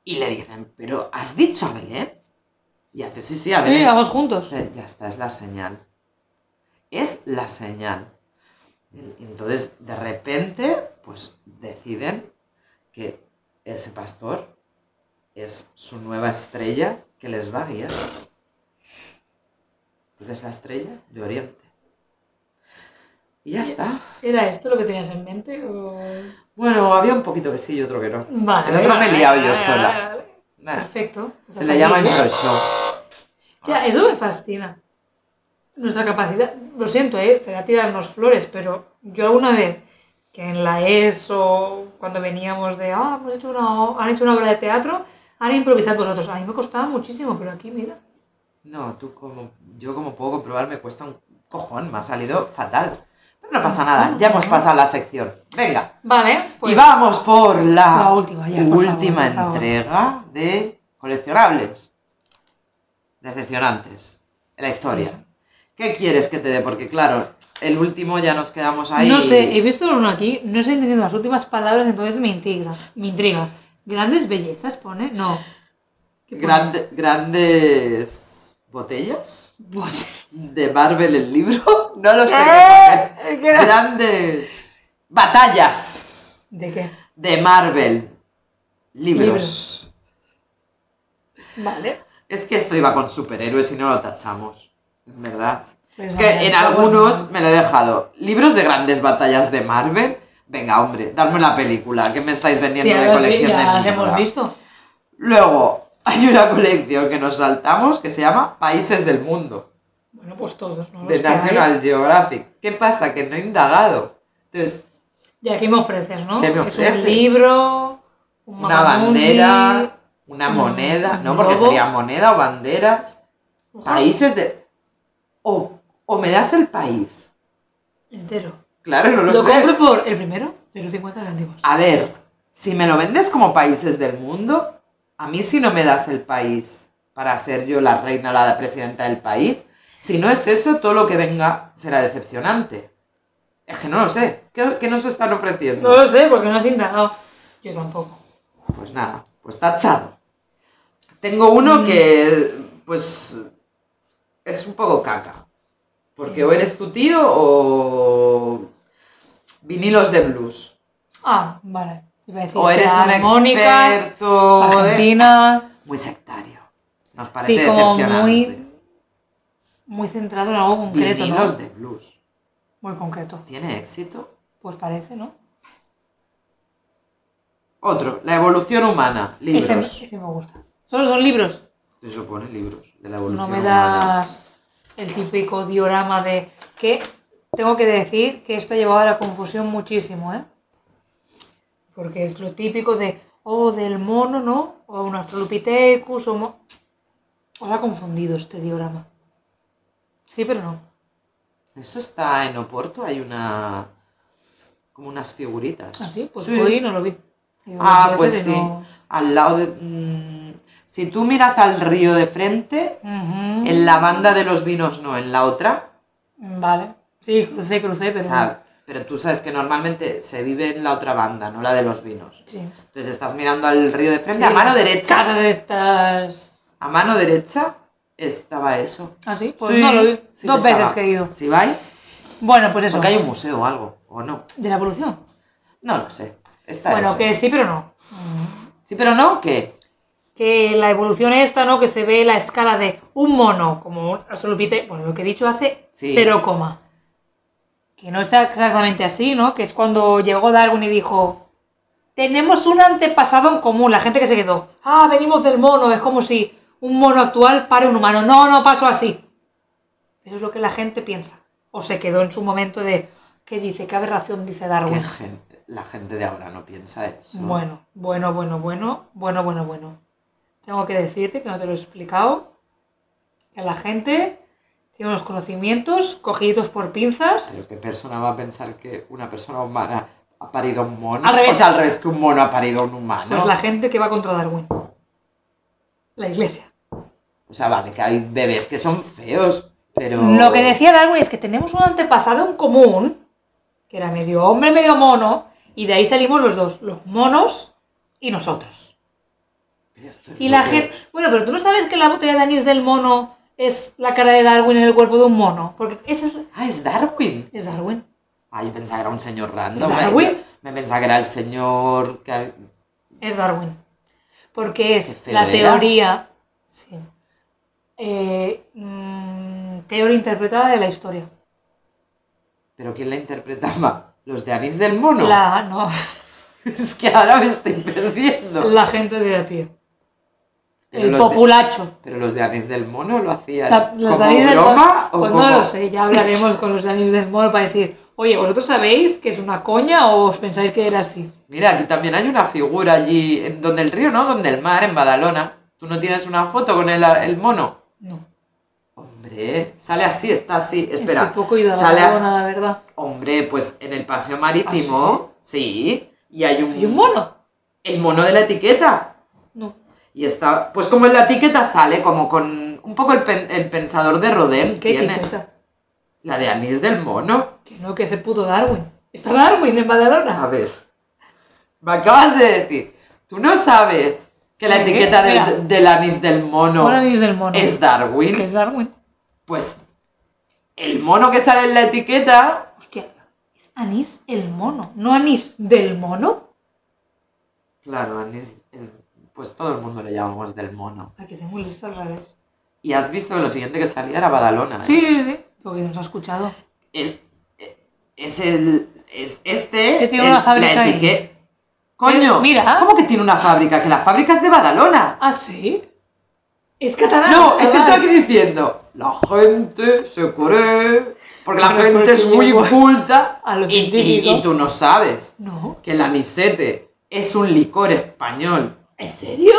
Speaker 1: Y le dicen, pero ¿has dicho a Belén? Y hace, sí, sí, a ver.
Speaker 2: Sí, vamos juntos.
Speaker 1: Eh, Ya está, es la señal. Es la señal. En- Entonces, de repente, pues deciden que ese pastor es su nueva estrella que les va a guiar. Porque es la estrella de Oriente. Y ya está.
Speaker 2: ¿Era esto lo que tenías en mente? o-
Speaker 1: Bueno, había un poquito que sí y otro que no.
Speaker 2: Vale,
Speaker 1: El otro me he
Speaker 2: vale,
Speaker 1: liado
Speaker 2: vale,
Speaker 1: yo
Speaker 2: vale,
Speaker 1: sola.
Speaker 2: vale, vale.
Speaker 1: Nah,
Speaker 2: Perfecto. Pues
Speaker 1: se
Speaker 2: hasta
Speaker 1: le llama
Speaker 2: aquí.
Speaker 1: impro show. Ah.
Speaker 2: Ya, eso me fascina. Nuestra capacidad, lo siento, ¿eh? será tirarnos flores, pero yo alguna vez que en la ESO, cuando veníamos de, ah, hemos hecho una, o- han hecho una obra de teatro, han improvisado vosotros. A mí me costaba muchísimo, pero aquí, mira.
Speaker 1: No, tú como, yo como puedo comprobar me cuesta un cojón, me ha salido fatal. Pero no pasa nada, ya hemos pasado la sección. Venga,
Speaker 2: Vale, pues
Speaker 1: y vamos por la,
Speaker 2: la última ya, por favor,
Speaker 1: última
Speaker 2: por favor.
Speaker 1: entrega de coleccionables. Decepcionantes. en La historia.
Speaker 2: Sí.
Speaker 1: ¿Qué quieres que te dé? Porque claro, el último ya nos quedamos ahí.
Speaker 2: no sé, he visto uno aquí, no estoy entendiendo las últimas palabras, entonces me intriga, me intriga. Grandes bellezas pone, no. ¿Qué pone?
Speaker 1: Grande- grandes botellas de Marvel el libro. No lo sé. qué
Speaker 2: ¿Eh?
Speaker 1: pone. Grandes batallas.
Speaker 2: ¿De qué?
Speaker 1: de Marvel. Libros.
Speaker 2: Vale.
Speaker 1: Es que esto iba con superhéroes y no lo tachamos. en ¿Verdad?
Speaker 2: Pues
Speaker 1: es
Speaker 2: vale,
Speaker 1: que en
Speaker 2: está
Speaker 1: algunos
Speaker 2: bueno.
Speaker 1: me lo he dejado. Libros de grandes batallas de Marvel. Venga, hombre, dadme la película que me estáis vendiendo
Speaker 2: Sí, ya
Speaker 1: de
Speaker 2: las vi-
Speaker 1: colección
Speaker 2: ya
Speaker 1: de
Speaker 2: las
Speaker 1: mierda.
Speaker 2: hemos visto.
Speaker 1: Luego, hay una colección que nos saltamos que se llama Países del Mundo,
Speaker 2: Bueno, pues todos, ¿no?
Speaker 1: de
Speaker 2: Los que hay.
Speaker 1: National Geographic. ¿Qué pasa? Que no he indagado. Entonces,
Speaker 2: Ya, ¿qué me ofreces, no?
Speaker 1: ¿Qué me
Speaker 2: Es un
Speaker 1: ofreces?
Speaker 2: libro, un
Speaker 1: una
Speaker 2: mapamundi,
Speaker 1: bandera, una
Speaker 2: un-
Speaker 1: moneda,
Speaker 2: un
Speaker 1: no, porque
Speaker 2: globo.
Speaker 1: sería moneda o banderas.
Speaker 2: un jabón
Speaker 1: países de. O, o me das el país.
Speaker 2: Entero.
Speaker 1: Claro, no lo,
Speaker 2: Lo,
Speaker 1: sé.
Speaker 2: compro por el primero, 0,50 céntimos.
Speaker 1: A ver, si me lo vendes como países del mundo, a mí si no me das el país para ser yo la reina, la presidenta del país, si no es eso, todo lo que venga será decepcionante. Es que no lo sé. ¿Qué, qué nos están ofreciendo?
Speaker 2: No lo sé, porque no has indagado. Yo tampoco.
Speaker 1: Pues nada, pues tachado. Tengo uno
Speaker 2: Mm.
Speaker 1: que, pues, es un poco caca. Porque o eres tu tío o vinilos de blues.
Speaker 2: Ah, vale. Iba a decir
Speaker 1: O
Speaker 2: que
Speaker 1: eres un
Speaker 2: armónicas,
Speaker 1: experto ¿eh? de-
Speaker 2: Argentina.
Speaker 1: Muy sectario. Nos parece
Speaker 2: Sí, como
Speaker 1: decepcionante.
Speaker 2: muy, muy centrado en algo concreto, ¿no?
Speaker 1: vinilos de blues.
Speaker 2: Muy concreto.
Speaker 1: ¿Tiene éxito?
Speaker 2: Pues parece, ¿no?
Speaker 1: Otro, la evolución humana.
Speaker 2: Ese,
Speaker 1: Libros.
Speaker 2: ese me gusta. Solo son libros.
Speaker 1: Se supone libros de la evolución
Speaker 2: No me
Speaker 1: humana.
Speaker 2: das el típico diorama de que tengo que decir que esto ha llevado a la confusión muchísimo, ¿eh? Porque es lo típico de, oh, del mono, ¿no? O un Australopithecus, o... mo- Os ha confundido este diorama. Sí, pero no.
Speaker 1: Eso está en Oporto, hay una... como unas figuritas.
Speaker 2: Ah, sí, pues
Speaker 1: Sí.
Speaker 2: hoy no lo vi. He ido
Speaker 1: Ah,
Speaker 2: dos
Speaker 1: pues
Speaker 2: veces
Speaker 1: sí.
Speaker 2: y no-
Speaker 1: Al lado de... mm, si tú miras al río de frente,
Speaker 2: Ujú.
Speaker 1: en la banda de los vinos no, en la otra,
Speaker 2: Vale. Sí, crucé, crucé, pero...
Speaker 1: sabe- pero tú sabes que normalmente se vive en la otra banda, no la de los vinos.
Speaker 2: Sí.
Speaker 1: Entonces estás mirando al río de frente, a
Speaker 2: Sí,
Speaker 1: mano
Speaker 2: las
Speaker 1: derecha,
Speaker 2: Casas estas...
Speaker 1: a mano derecha estaba eso.
Speaker 2: Ah, sí, pues
Speaker 1: Sí,
Speaker 2: no lo vi.
Speaker 1: sí
Speaker 2: Dos
Speaker 1: que
Speaker 2: veces
Speaker 1: estaba.
Speaker 2: que he ido.
Speaker 1: Si vais,
Speaker 2: Bueno, pues eso.
Speaker 1: porque hay un museo o algo, o no,
Speaker 2: De la evolución.
Speaker 1: no lo sé. Está
Speaker 2: bueno,
Speaker 1: eso.
Speaker 2: que sí, pero no.
Speaker 1: Sí, pero no, que
Speaker 2: Que la evolución esta, ¿no? Que se ve la escala de un mono, como un absolupite, bueno, lo que he dicho hace
Speaker 1: Sí.
Speaker 2: cero coma. Que no está exactamente así, ¿no? Que es cuando llegó Darwin y dijo, tenemos un antepasado en común, la gente que se quedó, ah, venimos del mono, es como si un mono actual pare un humano, no, no pasó así. Eso es lo que la gente piensa. O se quedó en su momento de, ¿qué dice? ¿Qué aberración dice Darwin?
Speaker 1: que gen- la gente de ahora no piensa eso.
Speaker 2: Bueno, bueno, bueno, bueno, bueno, bueno, bueno. Tengo que decirte que no te lo he explicado. Que la gente tiene unos conocimientos cogidos por
Speaker 1: Pero
Speaker 2: pinzas.
Speaker 1: qué persona va a pensar que una persona humana ha parido a un mono.
Speaker 2: Al revés.
Speaker 1: O sea, al revés que un mono ha parido a un humano.
Speaker 2: Pues la gente que va contra Darwin. La iglesia.
Speaker 1: O sea, vale, que hay bebés que son feos, pero.
Speaker 2: Lo que decía Darwin es que tenemos un antepasado en común, que era medio hombre, medio mono, y de ahí salimos los dos, los monos y nosotros.
Speaker 1: Pero esto es
Speaker 2: Y la
Speaker 1: lo que-
Speaker 2: gente. Bueno, pero tú no sabes que la botella de anís del mono es la cara de Darwin en el cuerpo de un mono. Porque esa es,
Speaker 1: Ah, es Darwin.
Speaker 2: es Darwin.
Speaker 1: Ah, yo pensaba que era un señor random.
Speaker 2: ¿Es Darwin?
Speaker 1: Me pensaba que era el señor que...
Speaker 2: Es Darwin. Porque
Speaker 1: Qué
Speaker 2: es
Speaker 1: feo
Speaker 2: la
Speaker 1: era.
Speaker 2: teoría. sí. Eh, mm, teoría interpretada de la historia.
Speaker 1: ¿Pero quién la interpretaba? ¿Los de Anís del Mono?
Speaker 2: La, no,
Speaker 1: Es que ahora me estoy perdiendo.
Speaker 2: la gente de a pie.
Speaker 1: Pero
Speaker 2: el
Speaker 1: los de-
Speaker 2: populacho.
Speaker 1: Pero los de Anís del Mono lo hacían
Speaker 2: Ta-
Speaker 1: como
Speaker 2: Los de Anís del
Speaker 1: broma o
Speaker 2: Pues
Speaker 1: como...
Speaker 2: no lo sé, ya hablaremos con los de Anís del mono para decir, oye, ¿vosotros sabéis que es una coña o os pensáis que era así?
Speaker 1: Mira, aquí también hay una figura allí, en donde el río, ¿no? Donde el mar, en Badalona. ¿Tú no tienes una foto con el, el mono?
Speaker 2: No.
Speaker 1: Hombre, sale así, está así. Espera.
Speaker 2: Estoy poco ido a
Speaker 1: sale a-
Speaker 2: Barcelona, la verdad.
Speaker 1: Hombre, pues en el paseo marítimo, sí? y hay un...
Speaker 2: ¿Hay un mono?
Speaker 1: El mono de la etiqueta.
Speaker 2: No.
Speaker 1: Y está, pues como en la etiqueta sale, como con un poco el, pen- el pensador de Rodin
Speaker 2: ¿Qué
Speaker 1: tiene.
Speaker 2: etiqueta?
Speaker 1: La de Anís del Mono.
Speaker 2: Que no, que ese puto Darwin. Está Darwin en Badalona.
Speaker 1: A ver, me acabas de decir, tú no sabes que la
Speaker 2: ¿Qué?
Speaker 1: etiqueta del-
Speaker 2: Eh, Espera.
Speaker 1: del Anís del Mono
Speaker 2: Ahora vienes del mono.
Speaker 1: es Darwin.
Speaker 2: Que es Darwin.
Speaker 1: Pues el mono que sale en la etiqueta
Speaker 2: Hostia, es Anís el mono. No Anís del mono.
Speaker 1: Claro, anís, el- pues todo el mundo le llamamos del mono.
Speaker 2: Ay, que tengo el listo al revés.
Speaker 1: Y has visto que lo siguiente que salía era Badalona. ¿eh?
Speaker 2: Sí, sí, sí. Porque nos ha escuchado.
Speaker 1: Es, es el. Es este.
Speaker 2: Que tiene
Speaker 1: el-
Speaker 2: una fábrica
Speaker 1: la
Speaker 2: ahí.
Speaker 1: etiqueta. Coño,
Speaker 2: mira.
Speaker 1: ¿cómo que tiene una fábrica? Que la fábrica es de Badalona.
Speaker 2: ¿Ah, sí? Es catalán. Ah,
Speaker 1: No, es que
Speaker 2: chaval.
Speaker 1: estoy aquí diciendo. La gente se cree. Porque la
Speaker 2: Pero
Speaker 1: gente
Speaker 2: porque
Speaker 1: es muy
Speaker 2: llevo
Speaker 1: culta.
Speaker 2: a lo
Speaker 1: y- y-
Speaker 2: científico.
Speaker 1: y tú no sabes
Speaker 2: No.
Speaker 1: que el anisete es un licor español
Speaker 2: ¿En serio?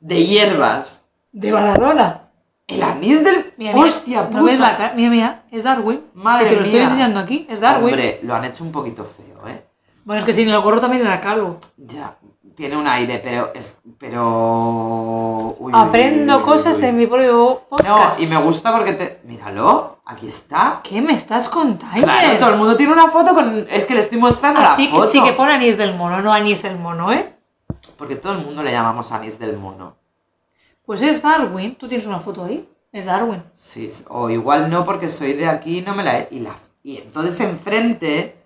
Speaker 1: de hierbas.
Speaker 2: De Badalona.
Speaker 1: El anís del.
Speaker 2: Mira, mira.
Speaker 1: ¡Hostia puta!
Speaker 2: ¿eh? ¿No ves la cara? Mira, mira. Es Darwin.
Speaker 1: Madre
Speaker 2: Que te lo estoy
Speaker 1: mía.
Speaker 2: enseñando aquí. Es Darwin.
Speaker 1: Hombre, lo han hecho un poquito feo, ¿eh?
Speaker 2: Bueno, es que sin el gorro también era calvo.
Speaker 1: Ya, tiene un aire, pero es. Pero. uy, uy,
Speaker 2: Aprendo
Speaker 1: uy, uy,
Speaker 2: cosas
Speaker 1: uy, uy.
Speaker 2: en mi propio
Speaker 1: No,
Speaker 2: podcast.
Speaker 1: y me gusta porque te. Míralo, aquí está.
Speaker 2: ¿Qué me estás contando?
Speaker 1: Claro, todo el mundo tiene una foto con. Es que le estoy mostrando
Speaker 2: Así
Speaker 1: la
Speaker 2: que
Speaker 1: foto.
Speaker 2: Ah, sí que pone anís del mono, no anís el mono, ¿eh?
Speaker 1: Porque todo el mundo le llamamos anís del mono.
Speaker 2: Pues es Darwin. ¿Tú tienes una foto ahí? Es Darwin.
Speaker 1: Sí, s- o igual no, porque soy de aquí y no me la. he- Y, la, y entonces enfrente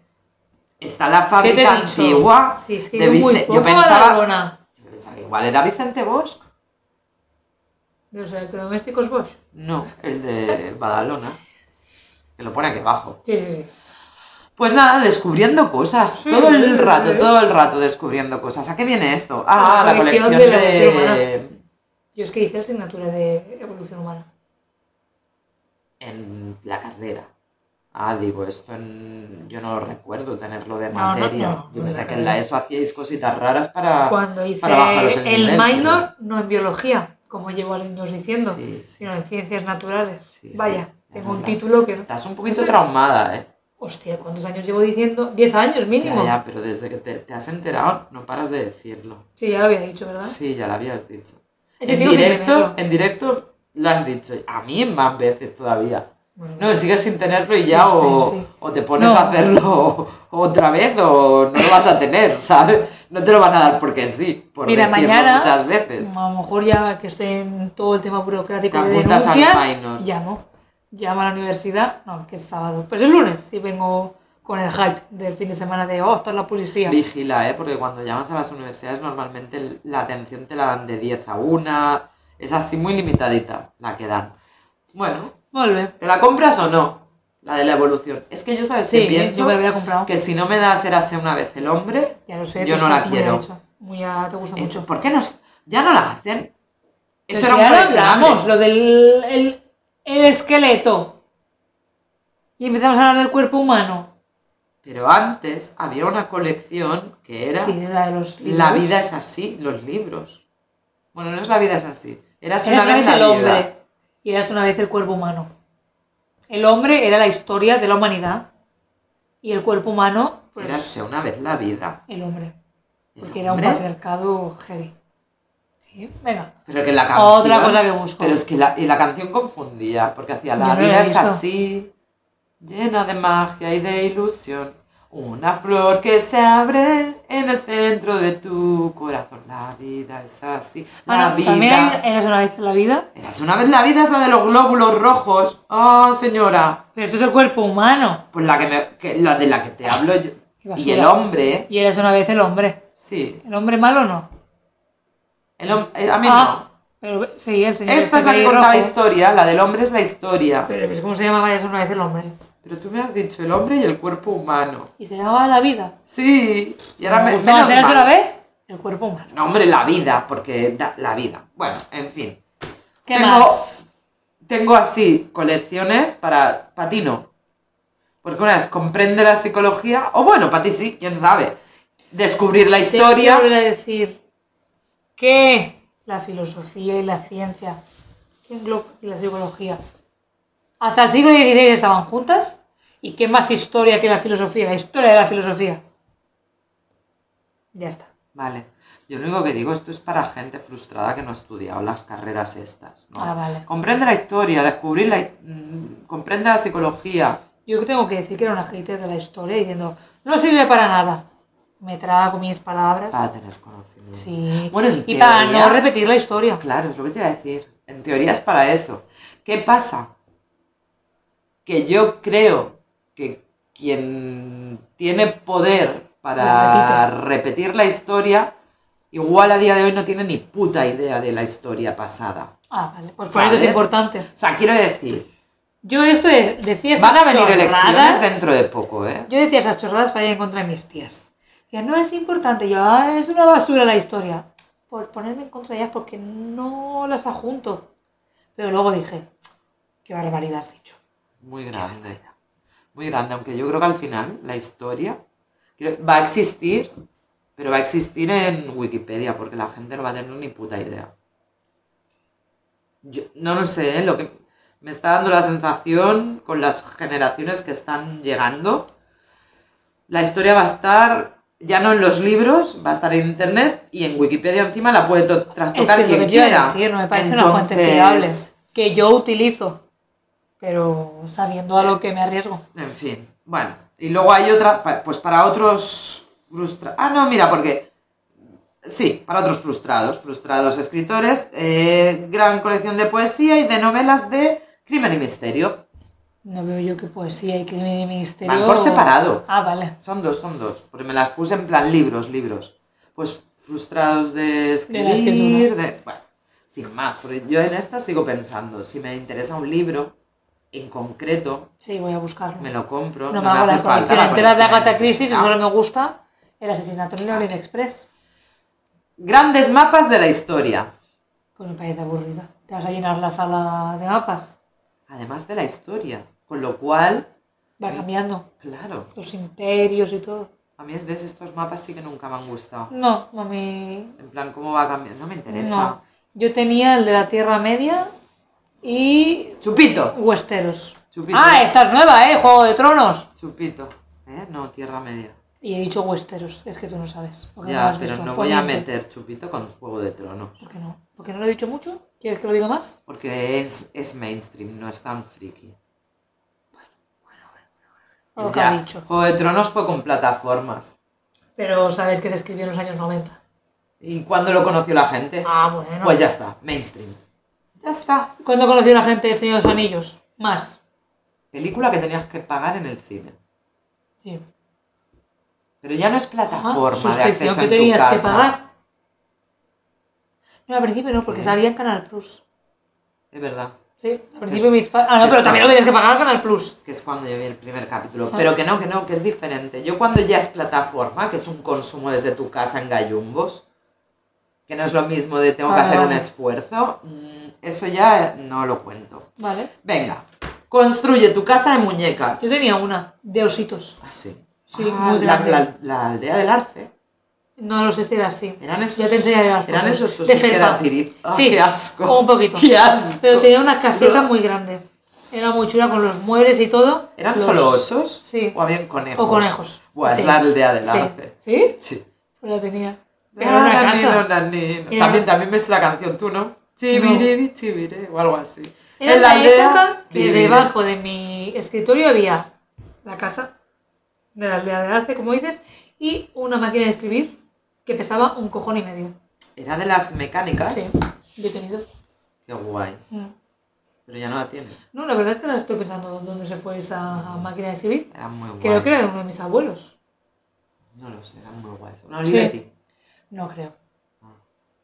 Speaker 1: está la
Speaker 2: ¿Qué te he
Speaker 1: fábrica
Speaker 2: dicho?
Speaker 1: antigua.
Speaker 2: Sí, es que
Speaker 1: de
Speaker 2: yo muy
Speaker 1: Vice-
Speaker 2: poco
Speaker 1: yo pensaba,
Speaker 2: Badalona.
Speaker 1: yo pensaba que igual era Vicente Bosch.
Speaker 2: ¿De los electrodomésticos Bosch?
Speaker 1: No, el de Badalona. Que lo pone aquí abajo.
Speaker 2: Sí, sí, sí.
Speaker 1: Pues nada, descubriendo cosas.
Speaker 2: Sí,
Speaker 1: todo
Speaker 2: sí,
Speaker 1: el rato,
Speaker 2: sí.
Speaker 1: todo el rato descubriendo cosas. ¿A qué viene esto? Ah,
Speaker 2: A
Speaker 1: la,
Speaker 2: la
Speaker 1: colección,
Speaker 2: colección
Speaker 1: de.
Speaker 2: de la evolución Yo es que hice asignatura de evolución humana.
Speaker 1: En la carrera. Ah, digo, esto en... yo no lo recuerdo tenerlo de
Speaker 2: No, no,
Speaker 1: materia.
Speaker 2: no, no,
Speaker 1: yo
Speaker 2: no
Speaker 1: pensé
Speaker 2: lo
Speaker 1: que en la
Speaker 2: recuerdo.
Speaker 1: ESO hacíais cositas raras para.
Speaker 2: Cuando hice
Speaker 1: para bajaros el
Speaker 2: el,
Speaker 1: nivel,
Speaker 2: minor, no en biología, como llevo años diciendo,
Speaker 1: Sí, sí.
Speaker 2: sino en ciencias naturales.
Speaker 1: Sí, sí.
Speaker 2: Vaya,
Speaker 1: Es
Speaker 2: tengo un
Speaker 1: verdad.
Speaker 2: título que...
Speaker 1: Estás un poquito traumada, ¿eh?
Speaker 2: Hostia, ¿cuántos años llevo diciendo? 10 años
Speaker 1: Ya,
Speaker 2: mínimo.
Speaker 1: ya, pero desde que te, te has enterado no paras de decirlo.
Speaker 2: Sí, ya lo había dicho, ¿verdad?
Speaker 1: Sí, ya lo habías dicho.
Speaker 2: Es
Speaker 1: En
Speaker 2: decir, sin tenerlo.
Speaker 1: directo, en directo lo has dicho. A mí más veces todavía.
Speaker 2: Bueno,
Speaker 1: No, sigues sin tenerlo y ya
Speaker 2: Sí,
Speaker 1: o,
Speaker 2: sí.
Speaker 1: o te pones
Speaker 2: No.
Speaker 1: a hacerlo otra vez o no lo vas a tener, ¿sabes? No te lo van a dar porque sí, por
Speaker 2: Mira,
Speaker 1: decirlo
Speaker 2: mañana-
Speaker 1: muchas veces.
Speaker 2: A lo mejor ya que estoy en todo el tema burocrático
Speaker 1: Pues, Te
Speaker 2: de
Speaker 1: apuntas al
Speaker 2: denuncias,
Speaker 1: minor.
Speaker 2: llamo. Llamo a la universidad, no, que es sábado, pues el lunes y vengo con el hype del fin de semana de, oh, está la policía.
Speaker 1: Vigila, ¿eh? Porque cuando llamas a las universidades normalmente la atención te la dan de 10 a 1, es así muy limitadita la que dan. Bueno,
Speaker 2: Vuelve.
Speaker 1: ¿te la compras o no? La de la evolución. Es que yo sabes
Speaker 2: Sí,
Speaker 1: que pienso
Speaker 2: yo me lo hubiera comprado.
Speaker 1: que si no me das érase una vez el hombre,
Speaker 2: Ya lo sé,
Speaker 1: yo
Speaker 2: tú
Speaker 1: no la
Speaker 2: estás muy
Speaker 1: quiero.
Speaker 2: a hecho, Muy a, te gusta
Speaker 1: Esto,
Speaker 2: mucho.
Speaker 1: ¿Por qué nos, ya no la hacen? Eso
Speaker 2: Pero
Speaker 1: era
Speaker 2: si
Speaker 1: un
Speaker 2: ya lo
Speaker 1: coleccionable.
Speaker 2: hablamos, lo del el, el esqueleto. Y empezamos a hablar del cuerpo humano.
Speaker 1: Pero antes había una colección que era
Speaker 2: Sí, la de los libros.
Speaker 1: La vida es así, los libros. Bueno, no es La vida es así. Era así
Speaker 2: Eras
Speaker 1: una vez la
Speaker 2: el
Speaker 1: vida.
Speaker 2: hombre y eras una vez el cuerpo humano. El hombre era la historia de la humanidad y el cuerpo humano, pues,
Speaker 1: Érase una vez la vida.
Speaker 2: el hombre.
Speaker 1: El
Speaker 2: Porque era un
Speaker 1: hombre.
Speaker 2: patriarcado heavy. Sí, venga.
Speaker 1: Pero que la canción.
Speaker 2: Otra cosa que busco.
Speaker 1: Pero es que la, y la canción confundía, porque hacía La
Speaker 2: Yo no la he
Speaker 1: vida es
Speaker 2: visto.
Speaker 1: así, llena de magia y de ilusión. Una flor que se abre en el centro de tu corazón. La vida es así. La
Speaker 2: Ah, no,
Speaker 1: vida.
Speaker 2: también hay- eres una vez en la vida.
Speaker 1: Eras una vez la vida es la de los glóbulos rojos. Oh, señora.
Speaker 2: Pero esto es el cuerpo humano.
Speaker 1: Pues la que, me- que- la de la que te hablo yo.
Speaker 2: Qué basura.
Speaker 1: Y el hombre, ¿eh?
Speaker 2: Y eres una vez el hombre.
Speaker 1: Sí.
Speaker 2: ¿El hombre malo no?
Speaker 1: El hom- eh, a mí
Speaker 2: ah, pero sí, el
Speaker 1: no.
Speaker 2: señor.
Speaker 1: Esta
Speaker 2: este
Speaker 1: es la que
Speaker 2: pelirrojo.
Speaker 1: contaba historia. La del hombre es la historia.
Speaker 2: Pero pues, ¿cómo se llamaba eres una vez el hombre?
Speaker 1: Pero tú me has dicho el hombre y el cuerpo humano.
Speaker 2: Y se llamaba la vida.
Speaker 1: Sí. Y ahora me,
Speaker 2: ¿Me gustaba
Speaker 1: menos
Speaker 2: hacer eso
Speaker 1: mal.
Speaker 2: una vez? El cuerpo humano.
Speaker 1: No, hombre, la vida, porque da- la vida. Bueno, en fin.
Speaker 2: ¿Qué
Speaker 1: tengo,
Speaker 2: más?
Speaker 1: tengo así colecciones para patino. Porque una es comprende la psicología, o bueno, para ti sí, quién sabe. Descubrir la
Speaker 2: Te quiero
Speaker 1: historia.
Speaker 2: volver a decir que la filosofía y la ciencia que engloba y la psicología hasta el siglo XVI estaban juntas y qué más historia que la filosofía la historia de la filosofía ya está
Speaker 1: Vale. Yo lo único que digo, esto es para gente frustrada que no ha estudiado las carreras estas. ¿no?
Speaker 2: Ah, vale.
Speaker 1: Comprende la historia, descubrir la. hi- mm, Comprende la psicología.
Speaker 2: yo tengo que decir que era una hater de la historia diciendo no sirve para nada me trago mis palabras
Speaker 1: Para tener conocimiento.
Speaker 2: sí
Speaker 1: Bueno, en
Speaker 2: y para no
Speaker 1: teoría-
Speaker 2: repetir la historia
Speaker 1: Claro, es lo que te iba a decir. En teoría es para eso. ¿Qué pasa? Que yo creo que quien tiene poder para repetir la historia, igual a día de hoy no tiene ni puta idea de la historia pasada.
Speaker 2: ah vale pues por eso es
Speaker 1: ¿Sabes?
Speaker 2: importante
Speaker 1: O sea, quiero decir,
Speaker 2: yo esto de- decía estas
Speaker 1: van a venir elecciones
Speaker 2: chorradas.
Speaker 1: dentro de poco, ¿eh?
Speaker 2: Yo decía esas chorradas para ir en contra de mis tías. Decía, no es importante, yo, "Ah, es una basura la historia. Por ponerme en contra de ellas porque no las ajunto. Pero luego dije, qué barbaridad has dicho.
Speaker 1: Muy grande. Muy grande, aunque yo creo que al final la historia creo- va a existir, pero va a existir en Wikipedia, porque la gente no va a tener ni puta idea. Yo no lo sé, ¿eh? lo que me está dando la sensación con las generaciones que están llegando, la historia va a estar ya no en los libros, va a estar en internet y en Wikipedia encima la puede to- trastocar
Speaker 2: es que es
Speaker 1: quien
Speaker 2: lo que te iba
Speaker 1: quiera.
Speaker 2: a decir, no me parece una fuente
Speaker 1: Entonces,
Speaker 2: fiable que yo utilizo, pero sabiendo a lo que me arriesgo.
Speaker 1: En fin, bueno. Y luego hay otra, pa- pues para otros frustrados. Ah, no, mira, porque. Sí, para otros frustrados, frustrados escritores, eh, gran colección de poesía y de novelas de crimen y misterio.
Speaker 2: No veo yo que poesía y crimen y ministerio...
Speaker 1: Van por separado.
Speaker 2: Ah, vale.
Speaker 1: Son dos, son dos, porque me las puse en plan libros, libros. Pues frustrados de
Speaker 2: la
Speaker 1: escribir, de, bueno, sin más, porque yo en esta sigo pensando, si me interesa un libro en concreto,
Speaker 2: Sí, voy a buscarlo.
Speaker 1: me lo compro,
Speaker 2: No, me hago
Speaker 1: hace
Speaker 2: la
Speaker 1: falta
Speaker 2: colección entera de
Speaker 1: colección
Speaker 2: Agatha Christie, si
Speaker 1: entera.
Speaker 2: solo me gusta el asesinato en el Orient Express.
Speaker 1: Grandes mapas de la historia.
Speaker 2: Pues me parece aburrida. Te vas a llenar la sala de mapas.
Speaker 1: Además de la historia. Con lo cual,
Speaker 2: Va cambiando
Speaker 1: claro,
Speaker 2: los imperios y todo.
Speaker 1: a mí ves estos mapas sí que nunca me han gustado.
Speaker 2: No, no me...
Speaker 1: En plan, ¿cómo va cambiando? No me interesa.
Speaker 2: No. Yo tenía el de la Tierra Media y
Speaker 1: Chupito.
Speaker 2: Westeros.
Speaker 1: Chupito.
Speaker 2: Ah, esta es nueva, ¿eh? Juego de Tronos.
Speaker 1: Chupito. ¿Eh? No, Tierra Media.
Speaker 2: Y he dicho Westeros, es que tú no sabes. porque no lo
Speaker 1: Ya,
Speaker 2: has
Speaker 1: pero
Speaker 2: visto.
Speaker 1: no
Speaker 2: Pues
Speaker 1: voy a
Speaker 2: miente.
Speaker 1: meter Chupito con Juego de Tronos.
Speaker 2: ¿Por qué no? ¿Por qué no lo he dicho mucho? ¿Quieres que lo diga más?
Speaker 1: Porque es, es mainstream, no es tan friki.
Speaker 2: O
Speaker 1: O
Speaker 2: lo que
Speaker 1: sea,
Speaker 2: ha dicho.
Speaker 1: Juego de Tronos fue con plataformas.
Speaker 2: Pero sabes que se escribió en los años 90.
Speaker 1: ¿Y cuándo lo conoció la gente?
Speaker 2: Ah, bueno.
Speaker 1: Pues ya está, mainstream. Ya está.
Speaker 2: ¿Cuándo conocí a la gente del Señor de los Anillos? Más.
Speaker 1: Película que tenías que pagar en el cine.
Speaker 2: Sí.
Speaker 1: Pero ya no es
Speaker 2: Ajá,
Speaker 1: plataforma de
Speaker 2: suscripción
Speaker 1: acceso
Speaker 2: que
Speaker 1: en tu
Speaker 2: tenías
Speaker 1: casa.
Speaker 2: que pagar. No, al principio no, porque
Speaker 1: Sí.
Speaker 2: salía en Canal Plus.
Speaker 1: Es verdad,
Speaker 2: Sí, al principio mis padres. Ah, no,
Speaker 1: es
Speaker 2: pero también
Speaker 1: pago.
Speaker 2: lo tenías que pagar en Canal Plus.
Speaker 1: que es cuando yo vi el primer
Speaker 2: Ah.
Speaker 1: capítulo. Pero que no, que no, que es diferente. Yo cuando ya es plataforma, que es un consumo desde tu casa en gallumbos, que no es lo mismo de tengo que
Speaker 2: Vale,
Speaker 1: hacer un
Speaker 2: vale.
Speaker 1: esfuerzo, mm, eso ya no lo cuento.
Speaker 2: Vale.
Speaker 1: Venga, construye tu casa de muñecas.
Speaker 2: Yo tenía una, de ositos.
Speaker 1: Ah, sí.
Speaker 2: Sí,
Speaker 1: Ah,
Speaker 2: muy
Speaker 1: la,
Speaker 2: grande.
Speaker 1: la- la aldea del arce.
Speaker 2: No lo sé si era así.
Speaker 1: Eran esos,
Speaker 2: Ya te enseñaré las
Speaker 1: eran
Speaker 2: fotos.
Speaker 1: esos
Speaker 2: De
Speaker 1: osos que
Speaker 2: felpa.
Speaker 1: dan tiriz. Ah,
Speaker 2: Sí,
Speaker 1: ¡Qué asco!
Speaker 2: Un poquito.
Speaker 1: ¡Qué asco!
Speaker 2: Pero tenía una caseta muy grande. Era muy chula con los muebles y todo.
Speaker 1: ¿Eran
Speaker 2: Los-
Speaker 1: solo osos?
Speaker 2: Sí.
Speaker 1: ¿O habían conejos?
Speaker 2: O conejos.
Speaker 1: Buah,
Speaker 2: Sí.
Speaker 1: es la aldea del
Speaker 2: Sí.
Speaker 1: arce.
Speaker 2: ¿Sí?
Speaker 1: Sí.
Speaker 2: Pues la tenía.
Speaker 1: Ah,
Speaker 2: Pero era una
Speaker 1: Nananino,
Speaker 2: casa.
Speaker 1: nanino.
Speaker 2: Era-
Speaker 1: También, también me sé la canción tú, ¿no? Chibiribi, chibire, o algo así.
Speaker 2: Era
Speaker 1: En
Speaker 2: la
Speaker 1: aldea,
Speaker 2: época que
Speaker 1: vivir.
Speaker 2: debajo de mi escritorio había la casa, de la aldea de Arce, como dices, y una máquina de escribir que pesaba un cojón y medio.
Speaker 1: Era de las mecánicas.
Speaker 2: Sí, yo he tenido.
Speaker 1: Qué guay.
Speaker 2: Mm.
Speaker 1: Pero ya no la tiene.
Speaker 2: No, la verdad es que ahora estoy pensando dónde se fue esa máquina de escribir.
Speaker 1: Era muy guay.
Speaker 2: Creo que era de uno de mis abuelos.
Speaker 1: No lo sé, era muy guay. Una
Speaker 2: Sí.
Speaker 1: Olivetti.
Speaker 2: No creo.
Speaker 1: Ah,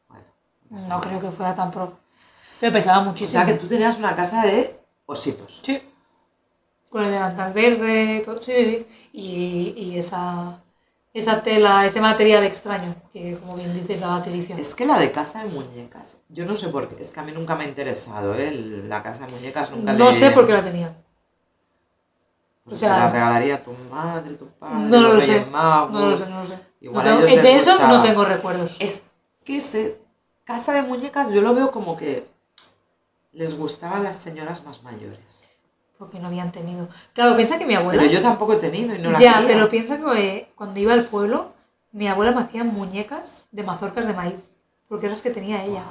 Speaker 1: bueno, pasa
Speaker 2: No
Speaker 1: nada.
Speaker 2: creo que fuera tan pro. Pero pesaba
Speaker 1: O
Speaker 2: muchísimo.
Speaker 1: sea que tú tenías una casa de ositos.
Speaker 2: Sí. Con el delantal verde, todo. Sí, sí, sí. Y, y esa, esa tela, ese material extraño, que como bien dices, la adquisición.
Speaker 1: Es que la de casa de muñecas, yo no sé por qué, es que a mí nunca me ha interesado, ¿eh? El- La casa de muñecas nunca
Speaker 2: No
Speaker 1: le-
Speaker 2: sé por qué la tenía.
Speaker 1: pues
Speaker 2: o
Speaker 1: te
Speaker 2: sea,
Speaker 1: la regalaría a tu madre, tu padre,
Speaker 2: no
Speaker 1: los
Speaker 2: lo sé,
Speaker 1: Reyes Magos.
Speaker 2: No lo sé, no lo sé. No
Speaker 1: Igual a
Speaker 2: tengo-
Speaker 1: ellos les
Speaker 2: de eso no
Speaker 1: gustaba.
Speaker 2: tengo recuerdos.
Speaker 1: Es que ese casa de muñecas yo lo veo como que les gustaba a las señoras más mayores.
Speaker 2: Porque no habían tenido. Claro, piensa que mi abuela.
Speaker 1: Pero yo tampoco he tenido y no la
Speaker 2: ya,
Speaker 1: quería.
Speaker 2: pero piensa que eh, cuando iba al pueblo, mi abuela me hacía muñecas de mazorcas de maíz. Porque esas que tenía ella.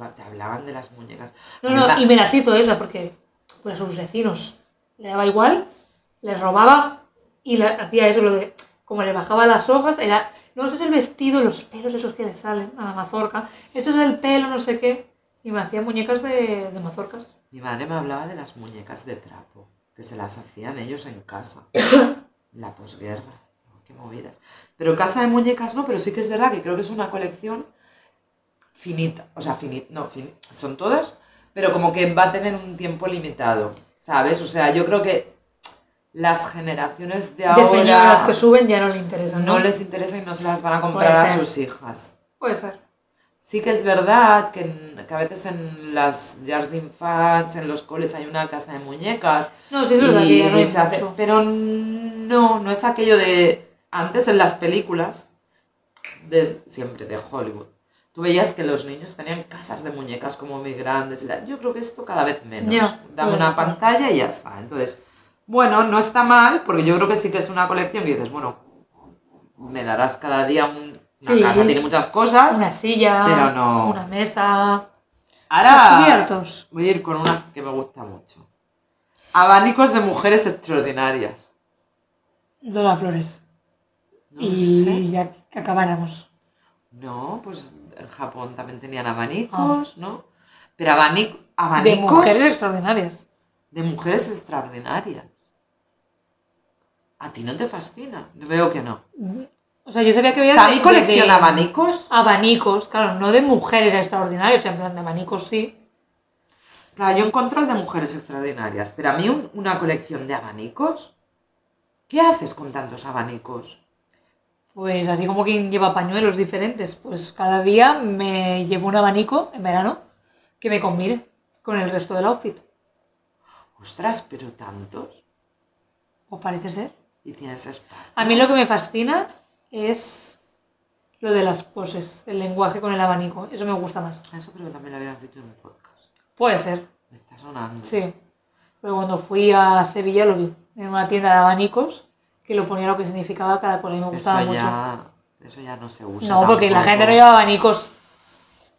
Speaker 1: Ah, te hablaban de las muñecas.
Speaker 2: No,
Speaker 1: A mí
Speaker 2: no,
Speaker 1: me-
Speaker 2: y me las hizo esa porque pues, a sus vecinos le daba igual, les robaba y le hacía eso, lo de como le bajaba las hojas, era, no, ese es el vestido, los pelos esos que le salen a la mazorca, esto es el pelo, no sé qué. Y me hacía muñecas de, de mazorcas.
Speaker 1: Mi madre me hablaba de las muñecas de trapo, que se las hacían ellos en casa. La posguerra. ¿no? Qué movidas. Pero casa de muñecas no, pero sí que es verdad que creo que es una colección finita. O sea, finita, no, fin- son todas, pero como que va a tener un tiempo limitado, ¿sabes? O sea, yo creo que las generaciones de ahora
Speaker 2: De señoras que suben ya no le interesan.
Speaker 1: no les interesa y no se las van a comprar
Speaker 2: Puede
Speaker 1: a
Speaker 2: ser.
Speaker 1: sus hijas.
Speaker 2: Puede ser.
Speaker 1: Sí que es verdad que, en- que a veces en las jars de infants, en los coles, hay una casa de muñecas.
Speaker 2: No, sí es verdad que ya no
Speaker 1: y
Speaker 2: hay
Speaker 1: se hace-
Speaker 2: mucho.
Speaker 1: pero no, no es aquello de... Antes en las películas, de, siempre de Hollywood, tú veías que los niños tenían casas de muñecas como muy grandes. y tal. Yo creo que esto cada vez menos.
Speaker 2: Ya,
Speaker 1: Dame
Speaker 2: pues
Speaker 1: una
Speaker 2: sí.
Speaker 1: pantalla y ya está. Entonces, bueno, no está mal, porque yo creo que sí que es una colección que dices, bueno, me darás cada día un- una
Speaker 2: Sí.
Speaker 1: casa, tiene muchas cosas.
Speaker 2: Una silla,
Speaker 1: Pero no.
Speaker 2: Ah,
Speaker 1: Ah.
Speaker 2: una mesa,
Speaker 1: Ahora
Speaker 2: cubiertos.
Speaker 1: voy a ir con una que me gusta mucho. Abanicos de mujeres extraordinarias.
Speaker 2: De las flores.
Speaker 1: No
Speaker 2: y
Speaker 1: sé.
Speaker 2: ya que acabáramos.
Speaker 1: No, pues en Japón también tenían abanicos, ¿no? Pero abani-
Speaker 2: Ah. De
Speaker 1: abanicos
Speaker 2: mujeres extraordinarias.
Speaker 1: extraordinarias. A ti no te fascina. Veo que no.
Speaker 2: O sea, yo sabía que
Speaker 1: O
Speaker 2: había.
Speaker 1: sea, a
Speaker 2: de-
Speaker 1: mí
Speaker 2: de-
Speaker 1: colecciona
Speaker 2: de
Speaker 1: abanicos.
Speaker 2: Abanicos, claro, no de mujeres extraordinarias, en plan de abanicos sí.
Speaker 1: Claro, yo encontré el de mujeres extraordinarias, pero a mí un- una colección de abanicos. ¿Qué haces con tantos abanicos?
Speaker 2: Pues así como quien lleva pañuelos diferentes, pues cada día me llevo un abanico en verano que me combine con el resto del outfit.
Speaker 1: Ostras, pero tantos.
Speaker 2: ¿Os parece ser?
Speaker 1: Y tienes espacio.
Speaker 2: A mí lo que me fascina es lo de las poses, el lenguaje con el abanico. Eso me gusta más.
Speaker 1: Eso creo que también lo habías dicho en un podcast.
Speaker 2: Puede ser,
Speaker 1: Me está sonando.
Speaker 2: sí. Pero cuando fui a Sevilla lo vi en una tienda de abanicos que lo ponía lo que significaba cada cosa y me
Speaker 1: eso
Speaker 2: gustaba mucho.
Speaker 1: ya, eso ya no se usa.
Speaker 2: No, porque la
Speaker 1: tampoco.
Speaker 2: gente no lleva abanicos.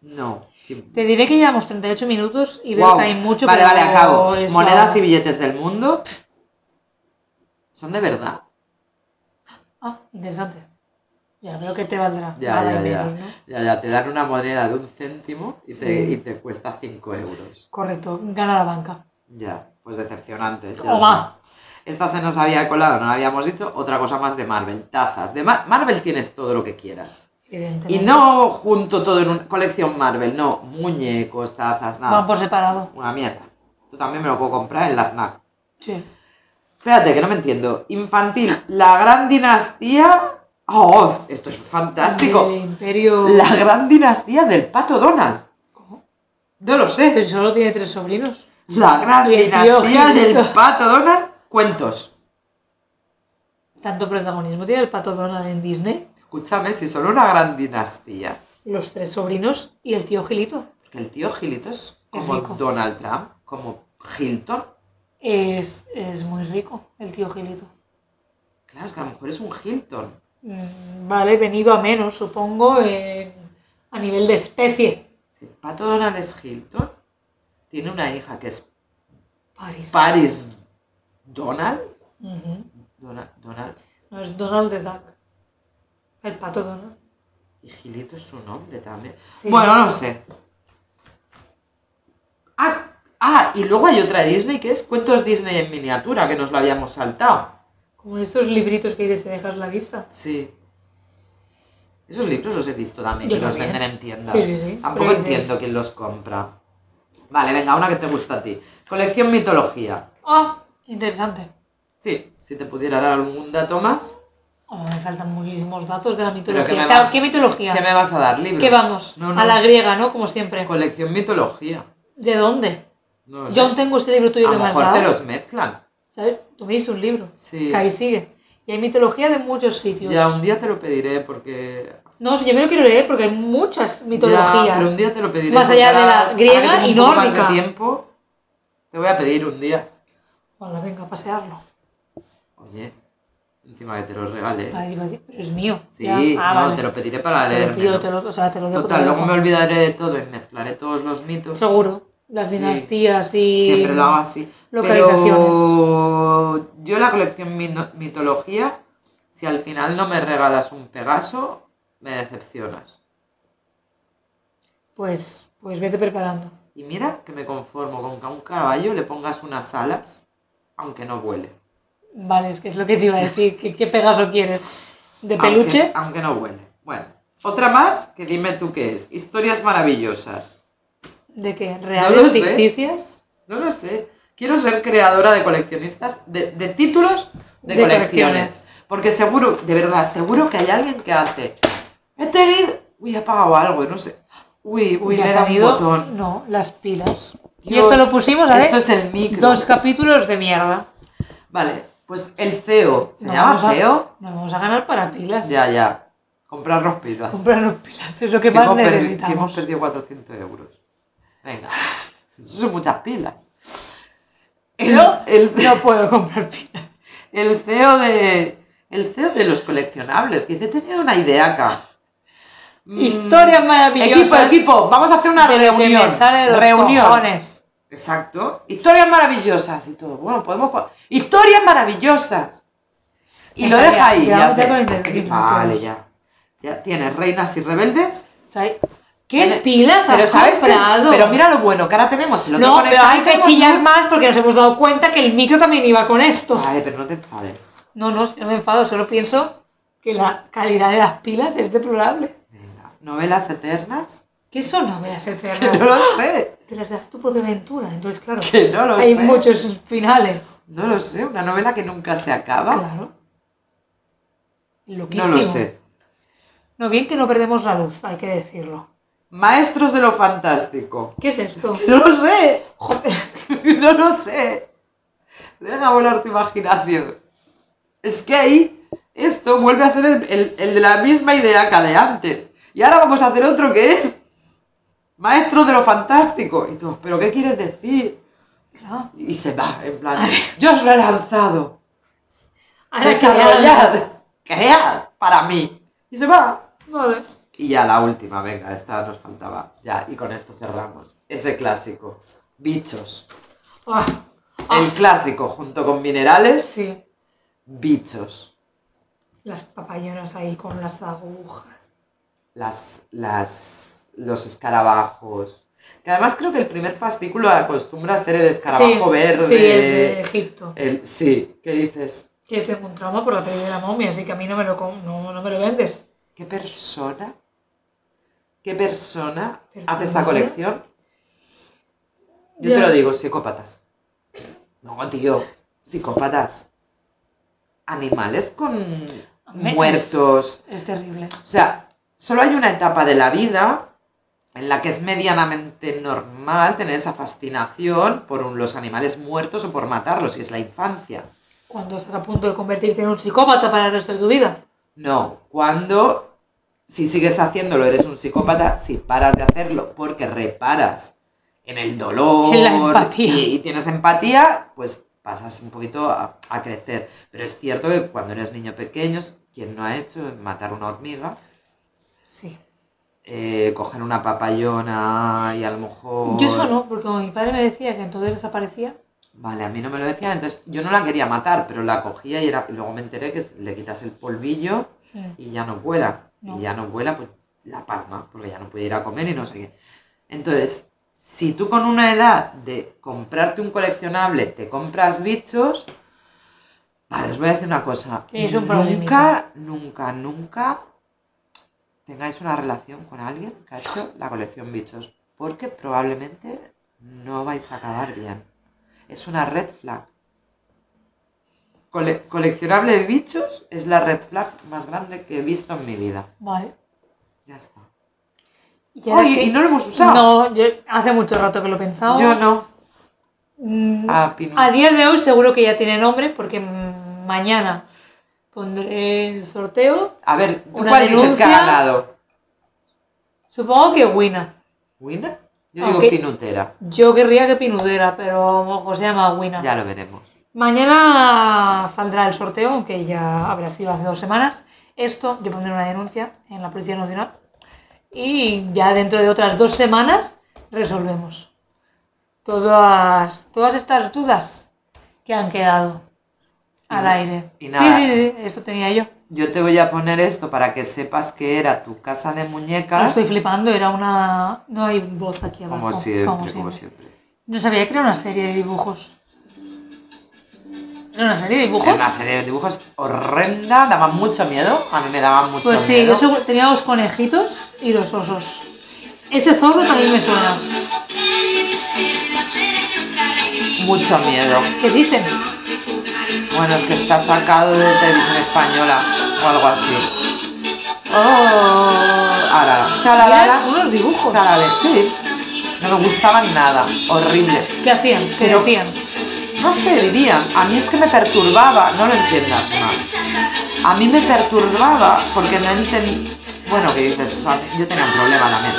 Speaker 1: No. que-
Speaker 2: Te diré que llevamos 38 minutos y veo
Speaker 1: Guau.
Speaker 2: que hay mucho
Speaker 1: Vale,
Speaker 2: pero
Speaker 1: vale, acabo.
Speaker 2: eso-
Speaker 1: Monedas y billetes del mundo. Son de verdad.
Speaker 2: Ah, interesante. Ya veo que te valdrá.
Speaker 1: Ya,
Speaker 2: Nada
Speaker 1: ya,
Speaker 2: y
Speaker 1: ya.
Speaker 2: menos, ¿no?
Speaker 1: Ya, ya, te dan una moneda de un céntimo y te,
Speaker 2: Sí.
Speaker 1: y te cuesta 5 euros.
Speaker 2: Correcto, gana la banca.
Speaker 1: Ya, pues decepcionante. ya
Speaker 2: Toma.
Speaker 1: está. Esta se nos había colado, no la habíamos dicho. Otra cosa más de Marvel, tazas. De Mar- Marvel tienes todo lo que quieras.
Speaker 2: Evidentemente.
Speaker 1: Y no junto todo en una colección Marvel, no. Muñecos, tazas, nada.
Speaker 2: Van por separado.
Speaker 1: Una mierda. Tú también me lo puedo comprar en la FNAC.
Speaker 2: Sí.
Speaker 1: Espérate, que no me entiendo. Infantil, la gran dinastía. ¡Oh! Esto es fantástico.
Speaker 2: El imperio.
Speaker 1: La gran dinastía del pato Donald.
Speaker 2: ¿Cómo?
Speaker 1: No lo sé.
Speaker 2: Pero si solo tiene tres sobrinos.
Speaker 1: La gran
Speaker 2: Y el tío
Speaker 1: dinastía
Speaker 2: Gilito.
Speaker 1: del pato Donald. Cuentos.
Speaker 2: Tanto protagonismo tiene el pato Donald en Disney,
Speaker 1: Escúchame, si son una gran dinastía.
Speaker 2: los tres sobrinos y el tío Gilito.
Speaker 1: Porque el tío Gilito es como
Speaker 2: rico.
Speaker 1: Donald Trump, como Hilton.
Speaker 2: Es, es muy rico, el tío Gilito.
Speaker 1: Claro, es que a lo mejor es un Hilton.
Speaker 2: Mm, Vale, venido a menos, supongo, en- a nivel de especie.
Speaker 1: Si Pato Donald es Hilton, tiene una hija que es
Speaker 2: París.
Speaker 1: Paris Donald,
Speaker 2: Ujú.
Speaker 1: Dona- Donald.
Speaker 2: No, es Donald the Duck. El pato Donald.
Speaker 1: Y Gilito es su nombre también.
Speaker 2: Sí.
Speaker 1: Bueno, no sé. Ah, ah, y luego hay otra de Disney que es Cuentos Disney en miniatura, que nos lo habíamos saltado.
Speaker 2: Como estos libritos que dices, te dejas la vista.
Speaker 1: Sí. Esos libros los he visto también,
Speaker 2: Yo
Speaker 1: que los
Speaker 2: también.
Speaker 1: venden en tiendas.
Speaker 2: Sí, sí, sí.
Speaker 1: Tampoco
Speaker 2: Pero dices-
Speaker 1: entiendo quién los compra. Vale, venga, una que te gusta a ti. Colección mitología.
Speaker 2: ¡Ah! Interesante.
Speaker 1: Sí, si te pudiera dar algún dato más.
Speaker 2: Oh, me faltan muchísimos datos de la
Speaker 1: Pero que
Speaker 2: mitología.
Speaker 1: me
Speaker 2: Claro,
Speaker 1: vas-
Speaker 2: ¿Qué mitología?
Speaker 1: ¿Qué me vas a dar? ¿Libro?
Speaker 2: Que vamos,
Speaker 1: No, no.
Speaker 2: a la griega, ¿no? Como siempre.
Speaker 1: Colección mitología.
Speaker 2: ¿De dónde?
Speaker 1: No lo
Speaker 2: Yo
Speaker 1: sé.
Speaker 2: aún tengo ese libro
Speaker 1: a
Speaker 2: tuyo que
Speaker 1: lo
Speaker 2: me has
Speaker 1: mejor te
Speaker 2: dado.
Speaker 1: los mezclan.
Speaker 2: ¿Sabes? Tú me diste un libro.
Speaker 1: Sí.
Speaker 2: Que ahí sigue. Y hay mitología de muchos sitios.
Speaker 1: Ya un día te lo pediré porque.
Speaker 2: No, si yo me lo quiero leer porque hay muchas mitologías.
Speaker 1: Ya, pero un día te lo pediré.
Speaker 2: Más
Speaker 1: porque
Speaker 2: allá de
Speaker 1: ahora-
Speaker 2: la
Speaker 1: ahora que
Speaker 2: griega
Speaker 1: tengo un
Speaker 2: y
Speaker 1: poco más de
Speaker 2: nórdica.
Speaker 1: tiempo, te voy a pedir un día.
Speaker 2: Hola, venga, a pasearlo.
Speaker 1: Oye, encima que te lo regalé.
Speaker 2: Ay, iba a decir, pero es mío.
Speaker 1: Sí,
Speaker 2: Ya. Ah,
Speaker 1: no,
Speaker 2: vale.
Speaker 1: te lo pediré para
Speaker 2: Te lo
Speaker 1: leer.
Speaker 2: pido, te lo- o sea, te lo dejo, te
Speaker 1: Total,
Speaker 2: lo
Speaker 1: luego me
Speaker 2: dejo.
Speaker 1: olvidaré de todo y mezclaré todos los mitos.
Speaker 2: Seguro. Las
Speaker 1: Sí.
Speaker 2: dinastías y...
Speaker 1: Siempre lo hago así.
Speaker 2: localizaciones.
Speaker 1: Pero yo la colección mino- mitología, si al final no me regalas un Pegaso, me decepcionas.
Speaker 2: Pues, pues vete preparando.
Speaker 1: Y mira que me conformo con que a un caballo le pongas unas alas, aunque no vuele.
Speaker 2: Vale, es que es lo que te iba a decir. ¿Qué, qué Pegaso quieres? ¿De peluche?
Speaker 1: Aunque, aunque no huele. Bueno, otra más que dime tú qué es. Historias maravillosas.
Speaker 2: ¿De qué?
Speaker 1: No
Speaker 2: ¿Reales?
Speaker 1: lo sé.
Speaker 2: ¿Ficticias?
Speaker 1: No lo sé. Quiero ser creadora de coleccionistas, de, de títulos de,
Speaker 2: De
Speaker 1: colecciones.
Speaker 2: colecciones.
Speaker 1: Porque seguro, de verdad, seguro que hay alguien que hace. He tenido. Uy, he apagado algo, no sé. Uy, uy,
Speaker 2: ¿Ya
Speaker 1: le
Speaker 2: has
Speaker 1: da un
Speaker 2: sabido?
Speaker 1: botón.
Speaker 2: No, las pilas. y
Speaker 1: Dios,
Speaker 2: esto lo pusimos, ¿vale?
Speaker 1: Esto es el micro.
Speaker 2: Dos capítulos de mierda.
Speaker 1: Vale, pues el CEO. ¿Se
Speaker 2: Nos
Speaker 1: llama
Speaker 2: vamos a-
Speaker 1: CEO?
Speaker 2: Nos vamos a ganar para pilas.
Speaker 1: Ya, ya. Comprarnos pilas.
Speaker 2: Comprarnos pilas, es lo que
Speaker 1: que
Speaker 2: más
Speaker 1: hemos perdi- que hemos
Speaker 2: necesitamos.
Speaker 1: perdido 400 euros. Venga, eso son muchas pilas. El,
Speaker 2: Yo
Speaker 1: el-
Speaker 2: no puedo comprar pilas.
Speaker 1: el CEO de, el CEO de los coleccionables, que dice, he tenido una idea acá. Mm,
Speaker 2: Historias maravillosas.
Speaker 1: Equipo, equipo, vamos a hacer una
Speaker 2: de lo que
Speaker 1: reunión.
Speaker 2: me sale de los
Speaker 1: reunión.
Speaker 2: cojones.
Speaker 1: Exacto. Historias maravillosas y todo. Bueno, podemos... co- Historias maravillosas. Y lo
Speaker 2: Venga,
Speaker 1: deja
Speaker 2: ya,
Speaker 1: ahí. ya
Speaker 2: ya vamos ya
Speaker 1: te-
Speaker 2: con el intervino,
Speaker 1: Vale,
Speaker 2: entonces.
Speaker 1: ya. Ya tienes reinas y rebeldes.
Speaker 2: O sea, ¿Qué
Speaker 1: Tiene-
Speaker 2: pilas
Speaker 1: Pero
Speaker 2: has
Speaker 1: sabes que es-
Speaker 2: comprado?
Speaker 1: pero mira lo bueno que ahora tenemos el otro
Speaker 2: no, pero
Speaker 1: conectado y
Speaker 2: hay que
Speaker 1: tenemos-
Speaker 2: chillar más porque nos hemos dado cuenta que el micro también iba con esto.
Speaker 1: Vale, pero no te enfades.
Speaker 2: No, no, si no me enfado, solo pienso que la calidad de las pilas es deplorable.
Speaker 1: Venga. Novelas eternas.
Speaker 2: ¿Qué son novelas
Speaker 1: Que no
Speaker 2: eternas?
Speaker 1: lo sé.
Speaker 2: Te las das tú por ventura, entonces claro,
Speaker 1: Que no lo
Speaker 2: hay
Speaker 1: sé.
Speaker 2: muchos finales.
Speaker 1: No lo sé. Una novela que nunca se acaba.
Speaker 2: Claro. Loquísimo.
Speaker 1: ¿Ah? No lo sé.
Speaker 2: No, bien que no perdemos la luz, hay que decirlo.
Speaker 1: Maestros de lo fantástico.
Speaker 2: ¿Qué es esto?
Speaker 1: No lo sé.
Speaker 2: Joder.
Speaker 1: No lo sé. Deja volar tu imaginación. Es que ahí esto vuelve a ser el, el- el de la misma idea que de antes. Y ahora vamos a hacer otro que es Maestro de lo Fantástico. Y tú, ¿pero qué quieres decir?
Speaker 2: Claro.
Speaker 1: Y se va, en plan, yo os lo he lanzado.
Speaker 2: Ahora que ya-
Speaker 1: Desarrollad. Cread para mí. Y se va.
Speaker 2: Vale.
Speaker 1: Y ya la última, venga, esta nos faltaba. Ya, y con esto cerramos. Ese clásico. Bichos.
Speaker 2: Ah, ah,
Speaker 1: El clásico, junto con minerales,
Speaker 2: Sí,
Speaker 1: bichos.
Speaker 2: las papayonas ahí con las agujas.
Speaker 1: Las, las, los escarabajos. Que además creo que el primer fascículo acostumbra a ser el escarabajo
Speaker 2: sí,
Speaker 1: verde.
Speaker 2: Sí, el de Egipto.
Speaker 1: el- sí, que dices,
Speaker 2: Que yo tengo un trauma por la peli de la momia, así que a mí no me lo, com- no, no me lo vendes.
Speaker 1: ¿qué persona? ¿Qué persona
Speaker 2: Perdona.
Speaker 1: hace esa colección? Yo te
Speaker 2: Ya.
Speaker 1: lo digo, psicópatas. No, tío, psicópatas. Animales con
Speaker 2: Hombre, es-
Speaker 1: muertos,
Speaker 2: Es, terrible.
Speaker 1: O sea, solo hay una etapa de la vida en la que es medianamente normal tener esa fascinación por un- los animales muertos o por matarlos, y es la infancia.
Speaker 2: Cuando estás a punto de convertirte en un psicópata para el resto de tu vida.
Speaker 1: No, cuando, si sigues haciéndolo, eres un psicópata, si paras de hacerlo porque reparas en el dolor
Speaker 2: En la empatía.
Speaker 1: Y, y tienes empatía, pues pasas un poquito a, a crecer. Pero es cierto que cuando eres niño pequeño, quien no ha hecho matar una hormiga,
Speaker 2: Sí.
Speaker 1: eh, coger una papayona y a lo mejor...
Speaker 2: Yo eso no, porque como mi padre me decía que entonces desaparecía,
Speaker 1: Vale, a mí no me lo decían, entonces yo no la quería matar, pero la cogía y, era, y luego me enteré que le quitas el polvillo y ya no vuela.
Speaker 2: No.
Speaker 1: Y ya no vuela, pues la palma, porque ya no puede ir a comer y no sé qué. Entonces, si tú con una edad de comprarte un coleccionable te compras bichos, vale, os voy a decir una cosa.
Speaker 2: Es un
Speaker 1: nunca,
Speaker 2: problemita.
Speaker 1: nunca, nunca tengáis una relación con alguien que ha hecho la colección bichos, porque probablemente no vais a acabar bien. Es una red flag. Cole- coleccionable de bichos es la red flag más grande que he visto en mi vida.
Speaker 2: Vale.
Speaker 1: Ya está.
Speaker 2: Y ahora
Speaker 1: Oye,
Speaker 2: que-
Speaker 1: y no lo hemos usado.
Speaker 2: No, yo hace mucho rato que lo pensaba.
Speaker 1: Yo no.
Speaker 2: Mm,
Speaker 1: A Pino.
Speaker 2: A día de hoy seguro que ya tiene nombre porque mm, mañana pondré el sorteo.
Speaker 1: A ver, ¿tú
Speaker 2: Una
Speaker 1: cuál dices que ha
Speaker 2: denuncia.
Speaker 1: ganado?
Speaker 2: Supongo que Wina.
Speaker 1: ¿Wina? Yo
Speaker 2: Aunque-
Speaker 1: digo Pinutera.
Speaker 2: Yo querría que Pinudera, pero ojo, se llama Wina.
Speaker 1: Ya lo veremos.
Speaker 2: Mañana saldrá el sorteo, aunque ya habrá sido hace dos semanas. Esto, yo pondré una denuncia en la Policía Nacional y ya dentro de otras dos semanas resolvemos todas, todas estas dudas que han quedado al
Speaker 1: Y-
Speaker 2: aire.
Speaker 1: y nada.
Speaker 2: Sí, sí, sí, esto tenía yo.
Speaker 1: Yo te voy a poner esto para que sepas que era tu casa de muñecas.
Speaker 2: No estoy flipando, era una... No hay voz aquí abajo.
Speaker 1: Como siempre,
Speaker 2: como
Speaker 1: como
Speaker 2: siempre.
Speaker 1: siempre.
Speaker 2: No sabía que era una serie de dibujos. ¿Era una serie de dibujos?
Speaker 1: Era una serie de dibujos horrenda, daba mucho miedo. A mí me daba mucho
Speaker 2: Pues sí,
Speaker 1: miedo.
Speaker 2: yo segu- tenía los conejitos y los osos. Ese zorro también me suena.
Speaker 1: Mucho miedo.
Speaker 2: ¿Qué dicen?
Speaker 1: Bueno, es que está sacado de televisión española o algo así. Oh, ahora,
Speaker 2: Eran
Speaker 1: shalalala,
Speaker 2: unos dibujos.
Speaker 1: shalale, sí. No me gustaban nada, horribles.
Speaker 2: ¿Qué hacían? ¿Qué
Speaker 1: Pero-
Speaker 2: decían?
Speaker 1: No sé, vivían. A mí es que me perturbaba, no lo entiendas más. A mí me perturbaba porque no entendía. Bueno, que dices, a mí- yo tenía un problema también.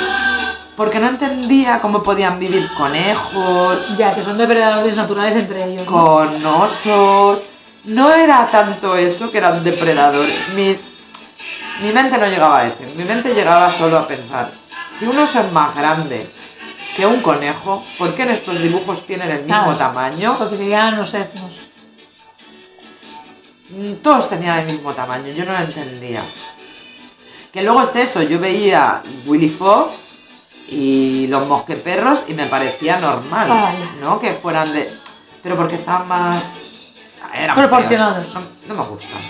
Speaker 1: Porque no entendía cómo podían vivir conejos,
Speaker 2: Ya, que son depredadores naturales entre ellos. ¿no?
Speaker 1: con osos. No era tanto eso que eran depredadores. Mi, mi mente no llegaba a esto. Mi mente llegaba solo a pensar, si un oso es más grande que un conejo, ¿por qué en estos dibujos tienen el mismo
Speaker 2: Claro.
Speaker 1: tamaño?
Speaker 2: Porque serían los etnos.
Speaker 1: Mm, Todos tenían el mismo tamaño, yo no lo entendía. Que luego es eso, yo veía Willy Fogg y los mosqueperros y me parecía normal,
Speaker 2: Ah, vale.
Speaker 1: ¿no? Que fueran de... Pero porque estaban más... eran
Speaker 2: Proporcionados.
Speaker 1: feos. No, no me gustan.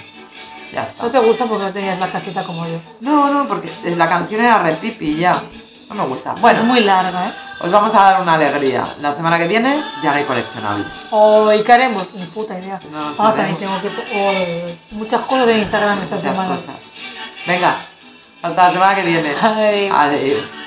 Speaker 1: Ya está.
Speaker 2: No te gusta porque no tenías la casita como yo.
Speaker 1: No, no, porque la canción era repipi ya. No me gusta. Bueno,
Speaker 2: Es muy larga, ¿eh?
Speaker 1: os vamos a dar una alegría. La semana que viene ya no hay coleccionables.
Speaker 2: O ¿y qué haremos? Ni puta idea.
Speaker 1: No lo
Speaker 2: ah,
Speaker 1: sabemos.
Speaker 2: también tengo que... po- oh, muchas cosas en Instagram esta
Speaker 1: Muchas
Speaker 2: semana.
Speaker 1: cosas. Venga, hasta la semana que viene.
Speaker 2: Adiós.
Speaker 1: Adiós.